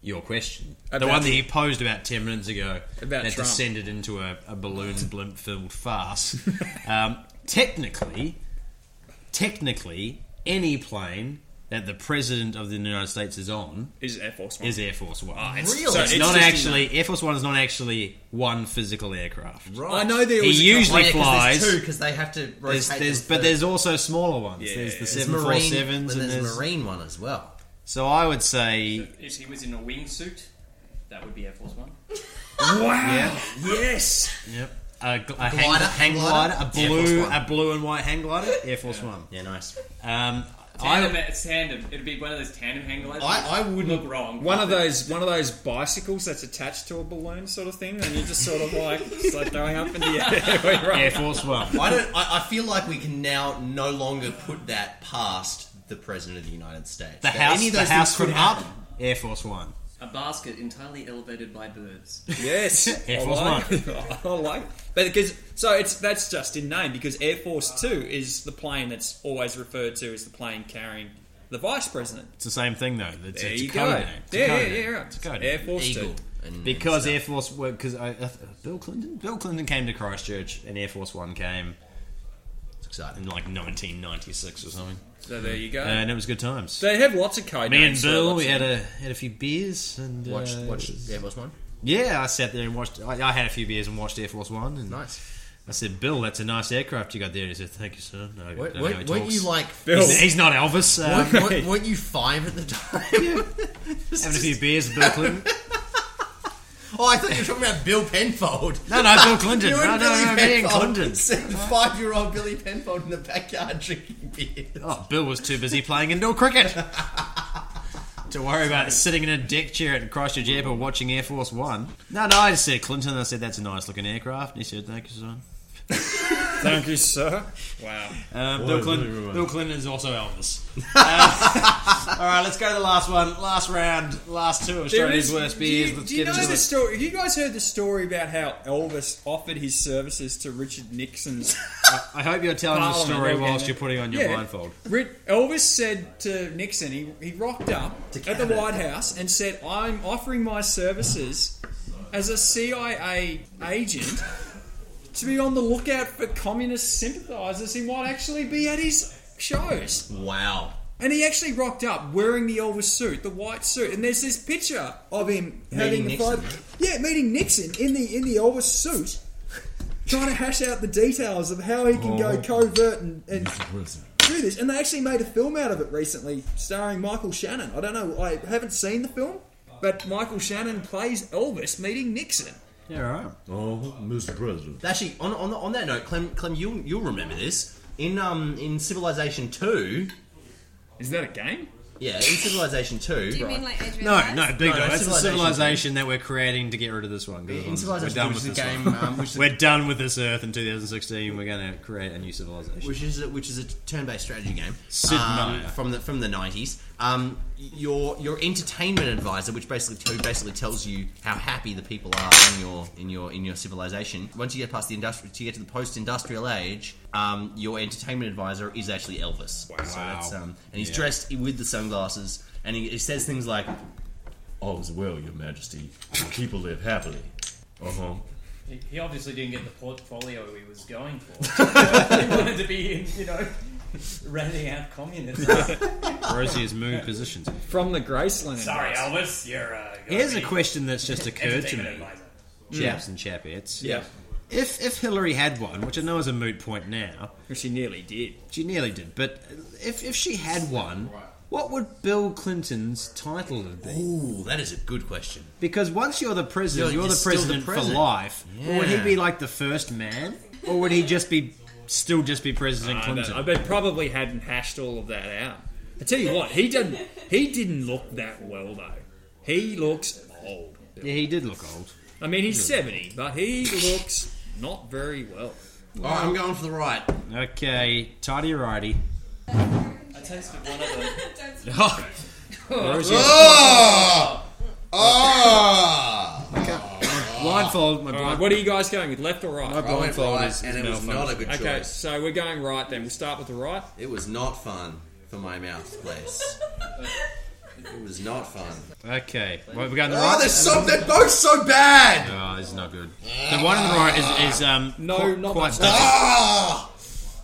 Speaker 2: your question, the
Speaker 1: About-
Speaker 2: one that you posed about ten minutes ago
Speaker 1: About
Speaker 2: that
Speaker 1: Trump.
Speaker 2: descended into a, a balloon blimp filled farce. um, technically, technically, any plane that the president of the United States is on
Speaker 1: Is Air Force One?
Speaker 2: is Air Force One.
Speaker 3: Really?
Speaker 2: So it's, not actually Air Force One is not actually one physical aircraft.
Speaker 1: I know there
Speaker 2: He
Speaker 1: was.
Speaker 2: usually flies.
Speaker 3: There's two because they have to rotate.
Speaker 2: There's, there's,
Speaker 3: them
Speaker 2: but
Speaker 3: through.
Speaker 2: there's also smaller ones. There's the
Speaker 1: There's
Speaker 2: seven four
Speaker 3: marine,
Speaker 2: sevens,
Speaker 3: then
Speaker 2: and
Speaker 3: there's
Speaker 2: there's
Speaker 3: marine one as well.
Speaker 2: so I would say
Speaker 6: If he was in a wingsuit, that would be Air Force One.
Speaker 2: yeah,
Speaker 1: yes.
Speaker 2: yep. A, gl- a
Speaker 3: Glider,
Speaker 2: hang, hang glider,
Speaker 3: glider?
Speaker 2: a
Speaker 3: Air Force
Speaker 2: blue,
Speaker 3: One.
Speaker 2: a blue and white hang glider, Air Force One.
Speaker 3: Yeah, nice.
Speaker 2: Um,
Speaker 6: Tandem,
Speaker 2: I,
Speaker 6: it's tandem. It'd be one of those tandem hang gliders.
Speaker 3: I- I
Speaker 6: wouldn't look wrong.
Speaker 1: One of those, one of those bicycles that's attached to a balloon, sort of thing, and you're just sort of like, it's like throwing up in the [LAUGHS] air. We run.
Speaker 2: Air Force
Speaker 3: [LAUGHS]
Speaker 2: One.
Speaker 3: I don't. I, I feel like we can now no longer put that past the president of the United States.
Speaker 2: The
Speaker 3: That
Speaker 2: house,
Speaker 3: any of
Speaker 2: the
Speaker 3: those
Speaker 2: house
Speaker 3: things could
Speaker 2: from up.
Speaker 3: happen.
Speaker 2: Air Force One.
Speaker 8: A basket entirely elevated by birds.
Speaker 1: Yes,
Speaker 2: [LAUGHS] Air
Speaker 1: I
Speaker 2: Force
Speaker 1: like it. [LAUGHS] I like, it. but because so it's that's just in name because Air Force Two is the plane that's always referred to as the plane carrying the vice president.
Speaker 2: It's the same thing though. It's,
Speaker 1: There
Speaker 2: it's
Speaker 1: you
Speaker 2: a
Speaker 1: go.
Speaker 2: code name. It's a
Speaker 1: Yeah,
Speaker 2: code
Speaker 1: yeah,
Speaker 2: name.
Speaker 1: yeah, right.
Speaker 2: It's a code
Speaker 1: Air
Speaker 2: name.
Speaker 1: Force Two.
Speaker 3: And-
Speaker 2: Because Air Force, because I, I, th- Bill Clinton, Bill Clinton came to Christchurch, and Air Force One came
Speaker 3: it's exciting.
Speaker 2: in like 1996 or something,
Speaker 1: So there you go.
Speaker 2: and it was good times.
Speaker 1: so they have lots of code
Speaker 2: Uh, Me and
Speaker 1: names for
Speaker 2: Bill,
Speaker 1: lots
Speaker 2: we
Speaker 1: of- [LAUGHS]
Speaker 2: had a had a few beers and
Speaker 3: Watch,
Speaker 2: uh,
Speaker 3: watch Air Force One.
Speaker 2: Yeah, I sat there and watched. I, I had a few beers and watched Air Force One, and
Speaker 3: Nice.
Speaker 2: I said, "Bill, that's a nice aircraft you got there." And he said, "Thank you, sir." No, I
Speaker 3: Weren't,
Speaker 2: don't know how he
Speaker 3: weren't, weren't you
Speaker 2: talks. [LAUGHS]
Speaker 3: like?
Speaker 1: Bill.
Speaker 2: He's, he's not Elvis. Um,
Speaker 3: Weren't, weren't- weren't you five at the time? [LAUGHS]
Speaker 2: having a few beers with Bill Clinton.
Speaker 3: oh, I thought you were talking about Bill Penfold.
Speaker 2: No, no, Bill Clinton.
Speaker 3: You
Speaker 2: no,
Speaker 3: and
Speaker 2: no,
Speaker 3: Billy
Speaker 2: no, me and
Speaker 3: Penfold. [LAUGHS]
Speaker 2: Clinton.
Speaker 3: Five-year-old Billy Penfold in the backyard drinking beer.
Speaker 2: Oh, Bill was too busy playing
Speaker 1: [LAUGHS]
Speaker 2: indoor cricket to worry about sitting in a deck chair at Christchurch Airport watching Air Force One. No, no, I just said Clinton. and I said that's a nice looking aircraft. And he said, "Thank you, son."
Speaker 1: Thank you, sir. Wow.
Speaker 2: Um, Bill, Clinton, Bill Clinton is also
Speaker 1: [LAUGHS]
Speaker 2: Elvis. Uh, [LAUGHS] all right, let's go to the last one, last round, last two of Australia's worst beers.
Speaker 1: Do you,
Speaker 2: let's
Speaker 1: do you
Speaker 2: get
Speaker 1: know
Speaker 2: into
Speaker 1: the
Speaker 2: it.
Speaker 1: story? Have you guys heard the story about how Elvis offered his services to Richard Nixon's?
Speaker 2: I hope you're telling the
Speaker 1: Parliament,
Speaker 2: story
Speaker 1: okay,
Speaker 2: whilst
Speaker 1: then.
Speaker 2: you're putting on your
Speaker 1: Yeah.
Speaker 2: blindfold.
Speaker 1: Ri- Elvis said to Nixon, he, he rocked up at the
Speaker 3: Canada.
Speaker 1: White House and said, "I'm offering my services as a CIA agent." To be on the lookout for communist sympathisers, he might actually be at his shows.
Speaker 3: Wow.
Speaker 1: And he actually rocked up wearing the Elvis suit, the white suit, and there's this picture of him having
Speaker 3: Meeting
Speaker 1: the fight-
Speaker 3: Nixon.
Speaker 1: yeah, meeting Nixon in the in the Elvis suit, trying to hash out the details of how he can go covert and, and do this. And they actually made a film out of it recently, starring Michael Shannon. I don't know, I haven't seen the film, but Michael Shannon plays Elvis meeting Nixon.
Speaker 2: Yeah, all right.
Speaker 3: Uh-huh. Actually, on, on, on that note, Clem, Clem, you'll, you'll remember this. In um in Civilization Two,
Speaker 1: Is that a game?
Speaker 3: yeah, in Civilization Two,
Speaker 7: Do you mean like Adrian?
Speaker 2: No,
Speaker 7: Rice?
Speaker 2: no, big
Speaker 3: No,
Speaker 2: no,
Speaker 3: no,
Speaker 2: That's the
Speaker 3: civilization
Speaker 2: civilization that we're creating to get rid of this one. 'cause
Speaker 3: in
Speaker 2: we're
Speaker 3: Civilization
Speaker 2: done
Speaker 3: Two, which
Speaker 2: with
Speaker 3: is a
Speaker 2: this one.
Speaker 3: game, um, which is a
Speaker 2: We're done with this Earth in 2016. We're going to create a new civilization.
Speaker 3: which is a, which is a turn-based strategy game
Speaker 2: Sid
Speaker 3: um,
Speaker 2: Meier.
Speaker 3: from the from the nineties. Um, your your entertainment advisor, which basically who basically tells you how happy the people are in your in your in your civilization. Once you get past the industrial, to get to the post-industrial age, um, your entertainment advisor is actually Elvis. Wow. So that's, um, and he's
Speaker 2: Yeah.
Speaker 3: dressed with the sunglasses, and he, he says things like, "All's well, Your Majesty. The people live happily." Uh huh.
Speaker 6: [LAUGHS] He, he obviously didn't get the portfolio he was going for. he wanted to be, in, you [LAUGHS] know, renting out communism.
Speaker 2: Rosie has moved positions.
Speaker 1: From the Graceland.
Speaker 6: Sorry, Elvis, you're. Uh, gonna
Speaker 2: Here's a
Speaker 6: be
Speaker 2: question that's just occurred to
Speaker 6: entertainment
Speaker 2: me,
Speaker 6: advisor.
Speaker 2: chaps and chapettes.
Speaker 1: Yeah,
Speaker 2: If if Hillary had one, which I know is a moot point now,
Speaker 1: which he nearly did.
Speaker 2: she nearly did, but if if she had one, what would Bill Clinton's title have been?
Speaker 3: Ooh, that is a good question.
Speaker 2: Because once you're the president, you're,
Speaker 3: You're- you're
Speaker 2: the
Speaker 3: still the
Speaker 2: president
Speaker 3: president.
Speaker 2: for life. Or would he
Speaker 3: Yeah.
Speaker 2: be like the first man, or would he just be still just be President
Speaker 1: I
Speaker 2: Clinton?
Speaker 1: bet, I bet probably hadn't hashed all of that out. I tell you what, he didn't. He didn't look that well though. He looks old.
Speaker 2: yeah, he did look old.
Speaker 1: I mean, he's seventy, but he looks not very well.
Speaker 3: All right, "Oh, I'm going for the right.
Speaker 2: Okay, tidy righty.
Speaker 6: I tasted one of the.
Speaker 4: Don't sort of
Speaker 3: Oh!
Speaker 2: [LAUGHS] Blindfold. My
Speaker 1: All right,
Speaker 2: blind,
Speaker 1: what are you guys going with, left or right?
Speaker 3: [LAUGHS] I went
Speaker 2: blindfold
Speaker 3: right,
Speaker 2: is,
Speaker 3: and it was not a good
Speaker 1: Okay,
Speaker 3: choice.
Speaker 1: so we're going right then. We'll start with the right.
Speaker 3: It was not fun for my mouth place. it was not fun.
Speaker 2: Okay, what, we got the
Speaker 3: Oh,
Speaker 2: right.
Speaker 3: they're, so, they're both so bad!
Speaker 2: Oh, this is not good. The one on the right is, is um
Speaker 1: No,
Speaker 2: qu-
Speaker 1: not
Speaker 2: quite
Speaker 1: that.
Speaker 2: bitter.
Speaker 3: Oh,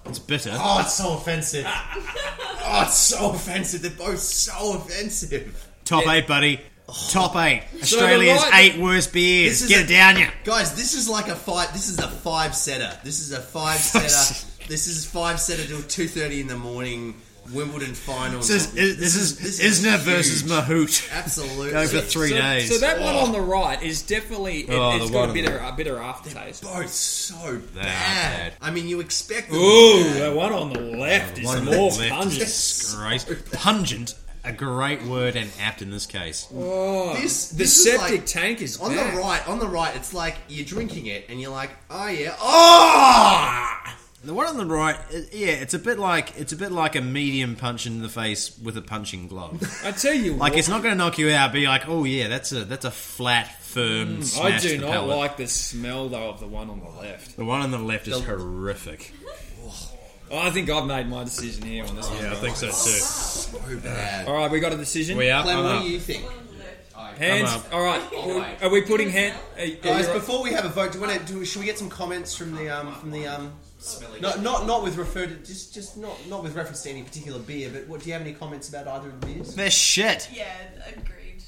Speaker 2: It's bitter.
Speaker 3: oh, it's so offensive. Oh, it's so offensive. They're both so offensive.
Speaker 2: Top eight, buddy. Top eight. Australia's
Speaker 3: right-
Speaker 2: eight worst beers.
Speaker 3: This is
Speaker 2: Get
Speaker 3: a-
Speaker 2: it down, you.
Speaker 3: Guys, this is like a five. This is a five setter. This is
Speaker 2: [LAUGHS]
Speaker 3: a five setter. This is five setter till two thirty in the morning. Wimbledon final.
Speaker 2: This is this is
Speaker 3: this is
Speaker 2: Isner versus
Speaker 3: huge.
Speaker 2: Mahoot.
Speaker 3: absolutely
Speaker 2: Going for three
Speaker 1: so,
Speaker 2: days.
Speaker 1: So that one on the right is definitely it,
Speaker 2: Oh,
Speaker 1: has
Speaker 2: the
Speaker 1: got a
Speaker 2: one on
Speaker 1: bitter,
Speaker 2: the-
Speaker 1: a bitter aftertaste.
Speaker 3: both so
Speaker 2: bad.
Speaker 3: bad. I mean, you expect. them to be
Speaker 1: Ooh,
Speaker 3: bad.
Speaker 1: that one on the left is
Speaker 2: One
Speaker 1: more
Speaker 2: left is
Speaker 1: pungent.
Speaker 2: disgrace- Pungent, a great word and apt in this case.
Speaker 1: Oh,
Speaker 3: This-
Speaker 1: the
Speaker 3: this is
Speaker 1: septic
Speaker 3: like-
Speaker 1: tank is
Speaker 3: on
Speaker 1: back.
Speaker 3: the right. On the right, it's like you're drinking it and you're like, oh yeah, oh.
Speaker 2: The one on the right, i- yeah, it's a bit like it's a bit like a medium punch in the face with a punching [LAUGHS] glove.
Speaker 1: I tell you
Speaker 2: like
Speaker 1: what,
Speaker 2: it's not going to knock you out, but you're like, oh yeah, that's a that's a flat, firm.
Speaker 1: I
Speaker 2: smash
Speaker 1: do
Speaker 2: to the
Speaker 1: not
Speaker 2: palate.
Speaker 1: like the smell though of the one on the left.
Speaker 2: The one on the left is horrific.
Speaker 1: I think I've made my decision here on this one.
Speaker 2: Yeah, I think so too.
Speaker 3: So bad.
Speaker 1: All right, we got a decision.
Speaker 2: We are.
Speaker 3: Clem,
Speaker 2: I'm
Speaker 3: what
Speaker 2: up.
Speaker 3: do you think?
Speaker 1: Uh, Hands.
Speaker 2: I'm up.
Speaker 1: All right. Are we putting hand? Are, are
Speaker 3: Guys,
Speaker 1: you-
Speaker 3: before we have a vote, do you want to? Do, should we get some comments from the um from the um? No, not not with refer to just just not not with reference to any particular beer. But what do you have any comments about either of the beers?
Speaker 2: They're shit.
Speaker 9: Yeah, agreed.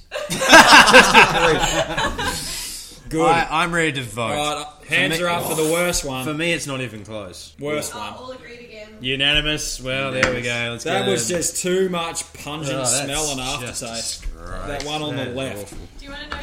Speaker 1: good.
Speaker 2: I, I'm ready to vote.
Speaker 1: All right, hands
Speaker 2: me-
Speaker 1: are up for the worst one.
Speaker 2: For me, it's not even close.
Speaker 1: worst
Speaker 7: Oh,
Speaker 1: one.
Speaker 7: all agreed again.
Speaker 2: Unanimous. Well, there we go. Let's
Speaker 1: That
Speaker 2: go.
Speaker 1: was just too much pungent
Speaker 2: Oh, that's
Speaker 1: smell and
Speaker 2: just
Speaker 1: aftertaste. That one on the
Speaker 2: That's
Speaker 1: left.
Speaker 2: awful.
Speaker 7: Do you want to know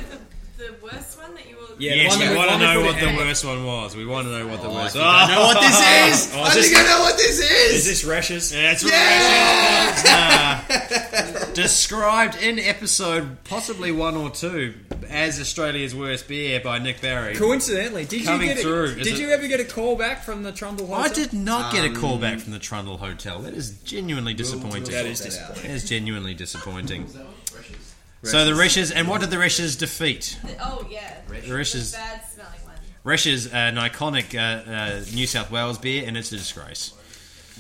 Speaker 7: the, the worst one that you will?
Speaker 1: Yeah,
Speaker 2: Yes,
Speaker 1: one that
Speaker 2: we
Speaker 1: we-
Speaker 2: want to
Speaker 1: one that
Speaker 2: know
Speaker 1: we
Speaker 2: what
Speaker 1: put
Speaker 2: the
Speaker 1: in.
Speaker 2: worst one was. We want to know what the worst.
Speaker 3: think I know what this
Speaker 2: [LAUGHS]
Speaker 3: is.
Speaker 2: Oh,
Speaker 3: I
Speaker 2: is
Speaker 3: think I know what this
Speaker 1: Is
Speaker 3: is.
Speaker 1: this rashes?
Speaker 2: That's what it is. Nah. Described in episode possibly one or two as Australia's worst beer by Nick Barry.
Speaker 1: Coincidentally, did
Speaker 2: Coming
Speaker 1: you get
Speaker 2: through,
Speaker 1: a,
Speaker 2: is
Speaker 1: Did
Speaker 2: it-
Speaker 1: you ever get a call back from the Trundle Hotel?
Speaker 2: I did not
Speaker 1: Um,
Speaker 2: get a call back from the Trundle Hotel. That is genuinely disappointing.
Speaker 1: That is
Speaker 3: Sort that out.
Speaker 1: disappointing.
Speaker 2: That is genuinely disappointing. So the Reshes, and what did the Reshes defeat?
Speaker 9: The- oh yeah,
Speaker 2: The
Speaker 9: the
Speaker 2: Reshes,
Speaker 9: bad smelling one.
Speaker 2: Reshes, an iconic uh, uh, New South Wales beer, and it's a disgrace.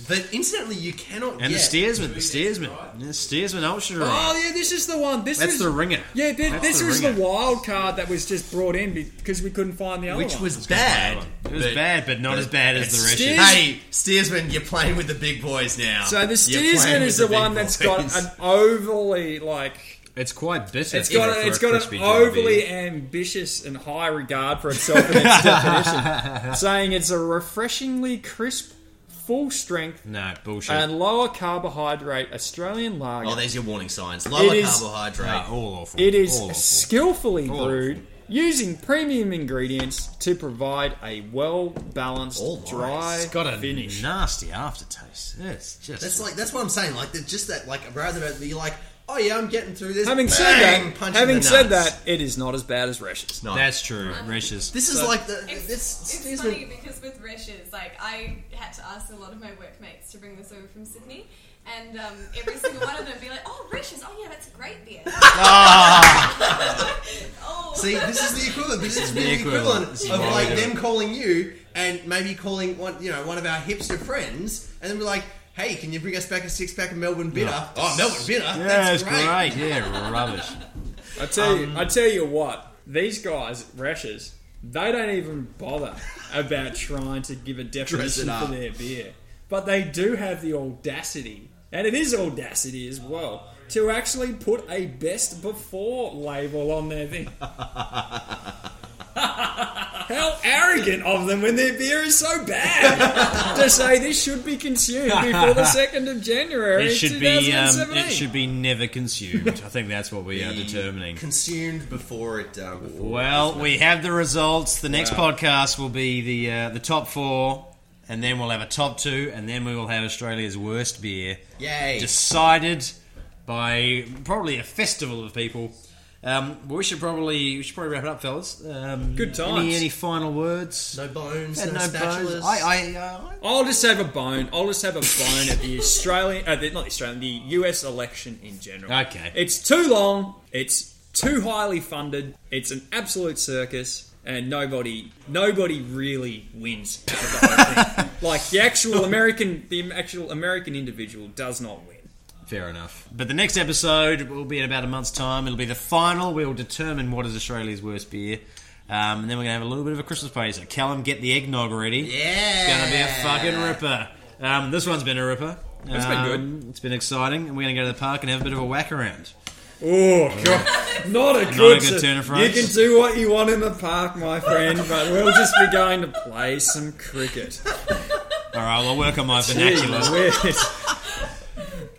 Speaker 3: But incidentally, you cannot.
Speaker 2: And
Speaker 3: get,
Speaker 2: the Steersman, the Steersman, the Steersman Ultra. Rye.
Speaker 1: Oh yeah, this is the one. This
Speaker 2: That's
Speaker 1: was,
Speaker 2: the ringer.
Speaker 1: Yeah, thi-
Speaker 2: That's
Speaker 1: this
Speaker 2: the
Speaker 1: was
Speaker 2: ringer.
Speaker 1: the wild card that was just brought in because we couldn't find the other
Speaker 3: which
Speaker 1: one.
Speaker 3: was bad.
Speaker 2: It was bad, but not as bad as the Reshes.
Speaker 1: Steers-
Speaker 3: Hey, steersman, you're playing with the big boys now.
Speaker 1: so the
Speaker 3: You're playing
Speaker 1: Steersman
Speaker 3: with
Speaker 1: is the,
Speaker 3: big
Speaker 1: one that's
Speaker 3: boys.
Speaker 1: got an overly like
Speaker 2: It's quite bitter.
Speaker 1: it's got a, it's got an overly ambitious and high regard for itself in its definition, saying it's a refreshingly crisp, full strength
Speaker 2: no bullshit.
Speaker 1: and lower carbohydrate Australian lager.
Speaker 3: Oh, there's your warning signs. Lower
Speaker 1: is-
Speaker 3: carbohydrate.
Speaker 2: No, all awful.
Speaker 1: It is
Speaker 2: all awful.
Speaker 1: skillfully
Speaker 2: All
Speaker 1: brewed using premium ingredients to provide a well balanced,
Speaker 3: All right.
Speaker 1: dry
Speaker 3: It's
Speaker 2: got a
Speaker 1: finish.
Speaker 2: nasty aftertaste. It's just
Speaker 3: That's like that's what I'm saying. Like they're just that. Like rather than be like, oh yeah, I'm getting through this.
Speaker 1: having
Speaker 3: bang,
Speaker 1: said that,
Speaker 3: punch in
Speaker 1: having
Speaker 3: the
Speaker 1: said
Speaker 3: nuts.
Speaker 1: that, it is not as bad as Reshes.
Speaker 3: No.
Speaker 2: that's true. Reshes.
Speaker 3: this is
Speaker 1: So-
Speaker 3: like the
Speaker 7: It's,
Speaker 3: this.
Speaker 7: it's
Speaker 3: Steersman-
Speaker 7: funny because with rashes, like I had to ask a lot of my workmates to bring this over from Sydney, and um, every single one of them would be like, "Oh, rashes! Oh yeah, that's a great beer." [LAUGHS] oh,
Speaker 3: See, this is the equivalent. This is really the
Speaker 2: equivalent.
Speaker 3: equivalent
Speaker 2: This is
Speaker 3: of
Speaker 2: what we
Speaker 3: like
Speaker 2: do.
Speaker 3: them calling you and maybe calling one, you know, one of our hipster friends, and then be like, "Hey, can you bring us back a six pack of Melbourne bitter?" Oh, Melbourne bitter.
Speaker 2: Yeah,
Speaker 3: that's
Speaker 2: it's
Speaker 3: great.
Speaker 2: great. Yeah, rubbish.
Speaker 1: I tell you, I tell you what, these guys, Rashes, they don't even bother about trying to give a definition for
Speaker 3: up.
Speaker 1: their beer, but they do have the audacity, and it is audacity as well. To actually put a best before label on their thing. How arrogant of them when their beer is so bad to say this should be consumed before the 2nd of January
Speaker 2: It should be. Um,
Speaker 1: 2017.
Speaker 2: it should be never consumed. I think that's
Speaker 1: [LAUGHS]
Speaker 2: what we are determining.
Speaker 3: consumed before it. Uh, before
Speaker 2: Well, we have the results. The next podcast will be the uh, the top four, and then we'll have a top two, and then we will have Australia's worst beer.
Speaker 3: Yay.
Speaker 2: Decided by probably a festival of people. Um, we should probably we should probably wrap it up, fellas. Um,
Speaker 1: Good
Speaker 2: Any,
Speaker 1: times.
Speaker 2: any final words?
Speaker 3: no bones,
Speaker 2: Had
Speaker 3: no, spatulas.
Speaker 2: bones. I, I, uh,
Speaker 1: I'll just have a bone. I'll just have a bone at the Australian, uh, the, not the Australian, the US election in general.
Speaker 2: uh, Okay.
Speaker 1: It's too long. It's too highly funded. It's an absolute circus. And nobody, nobody really wins. [LAUGHS] out of the whole thing. like the actual American, the actual American individual does not win.
Speaker 2: Fair enough. But the next episode will be in about a month's time. It'll be the final. We'll determine what is Australia's worst beer. Um, and then we're going to have a little bit of a Christmas party. So, Callum, get the eggnog ready.
Speaker 3: Yeah.
Speaker 2: It's going to be a fucking ripper. Um, this one's been a ripper. It's
Speaker 1: been
Speaker 2: good. It's been exciting, and we're going to go to the park and have a bit of a whack around.
Speaker 1: Oh god, not a good,
Speaker 2: good
Speaker 1: se-
Speaker 2: turn of
Speaker 1: You
Speaker 2: phrase.
Speaker 1: can do what you want in the park, my friend, but we'll just be going to play some cricket.
Speaker 2: All right, I'll work on my
Speaker 1: Gee
Speaker 2: vernacular.
Speaker 1: whiz.
Speaker 2: [LAUGHS]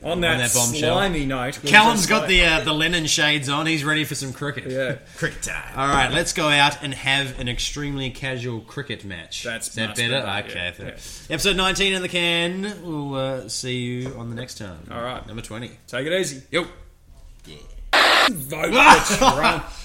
Speaker 1: On that,
Speaker 2: that bombshell.
Speaker 1: slimy note, we'll
Speaker 2: Callum's
Speaker 1: just
Speaker 2: got
Speaker 1: go-
Speaker 2: the uh, the linen shades on. He's ready for some cricket.
Speaker 1: yeah.
Speaker 10: Cricket time.
Speaker 2: All right, let's go out and have an extremely casual cricket match.
Speaker 1: That's
Speaker 2: Is that
Speaker 1: much
Speaker 2: better.
Speaker 1: better,
Speaker 2: Okay,
Speaker 1: yeah,
Speaker 2: I think. episode nineteen in the can. We'll uh, see you on the next time.
Speaker 1: All right.
Speaker 2: number twenty.
Speaker 1: Take it easy.
Speaker 2: Yo. [LAUGHS]
Speaker 1: Vote for Trump.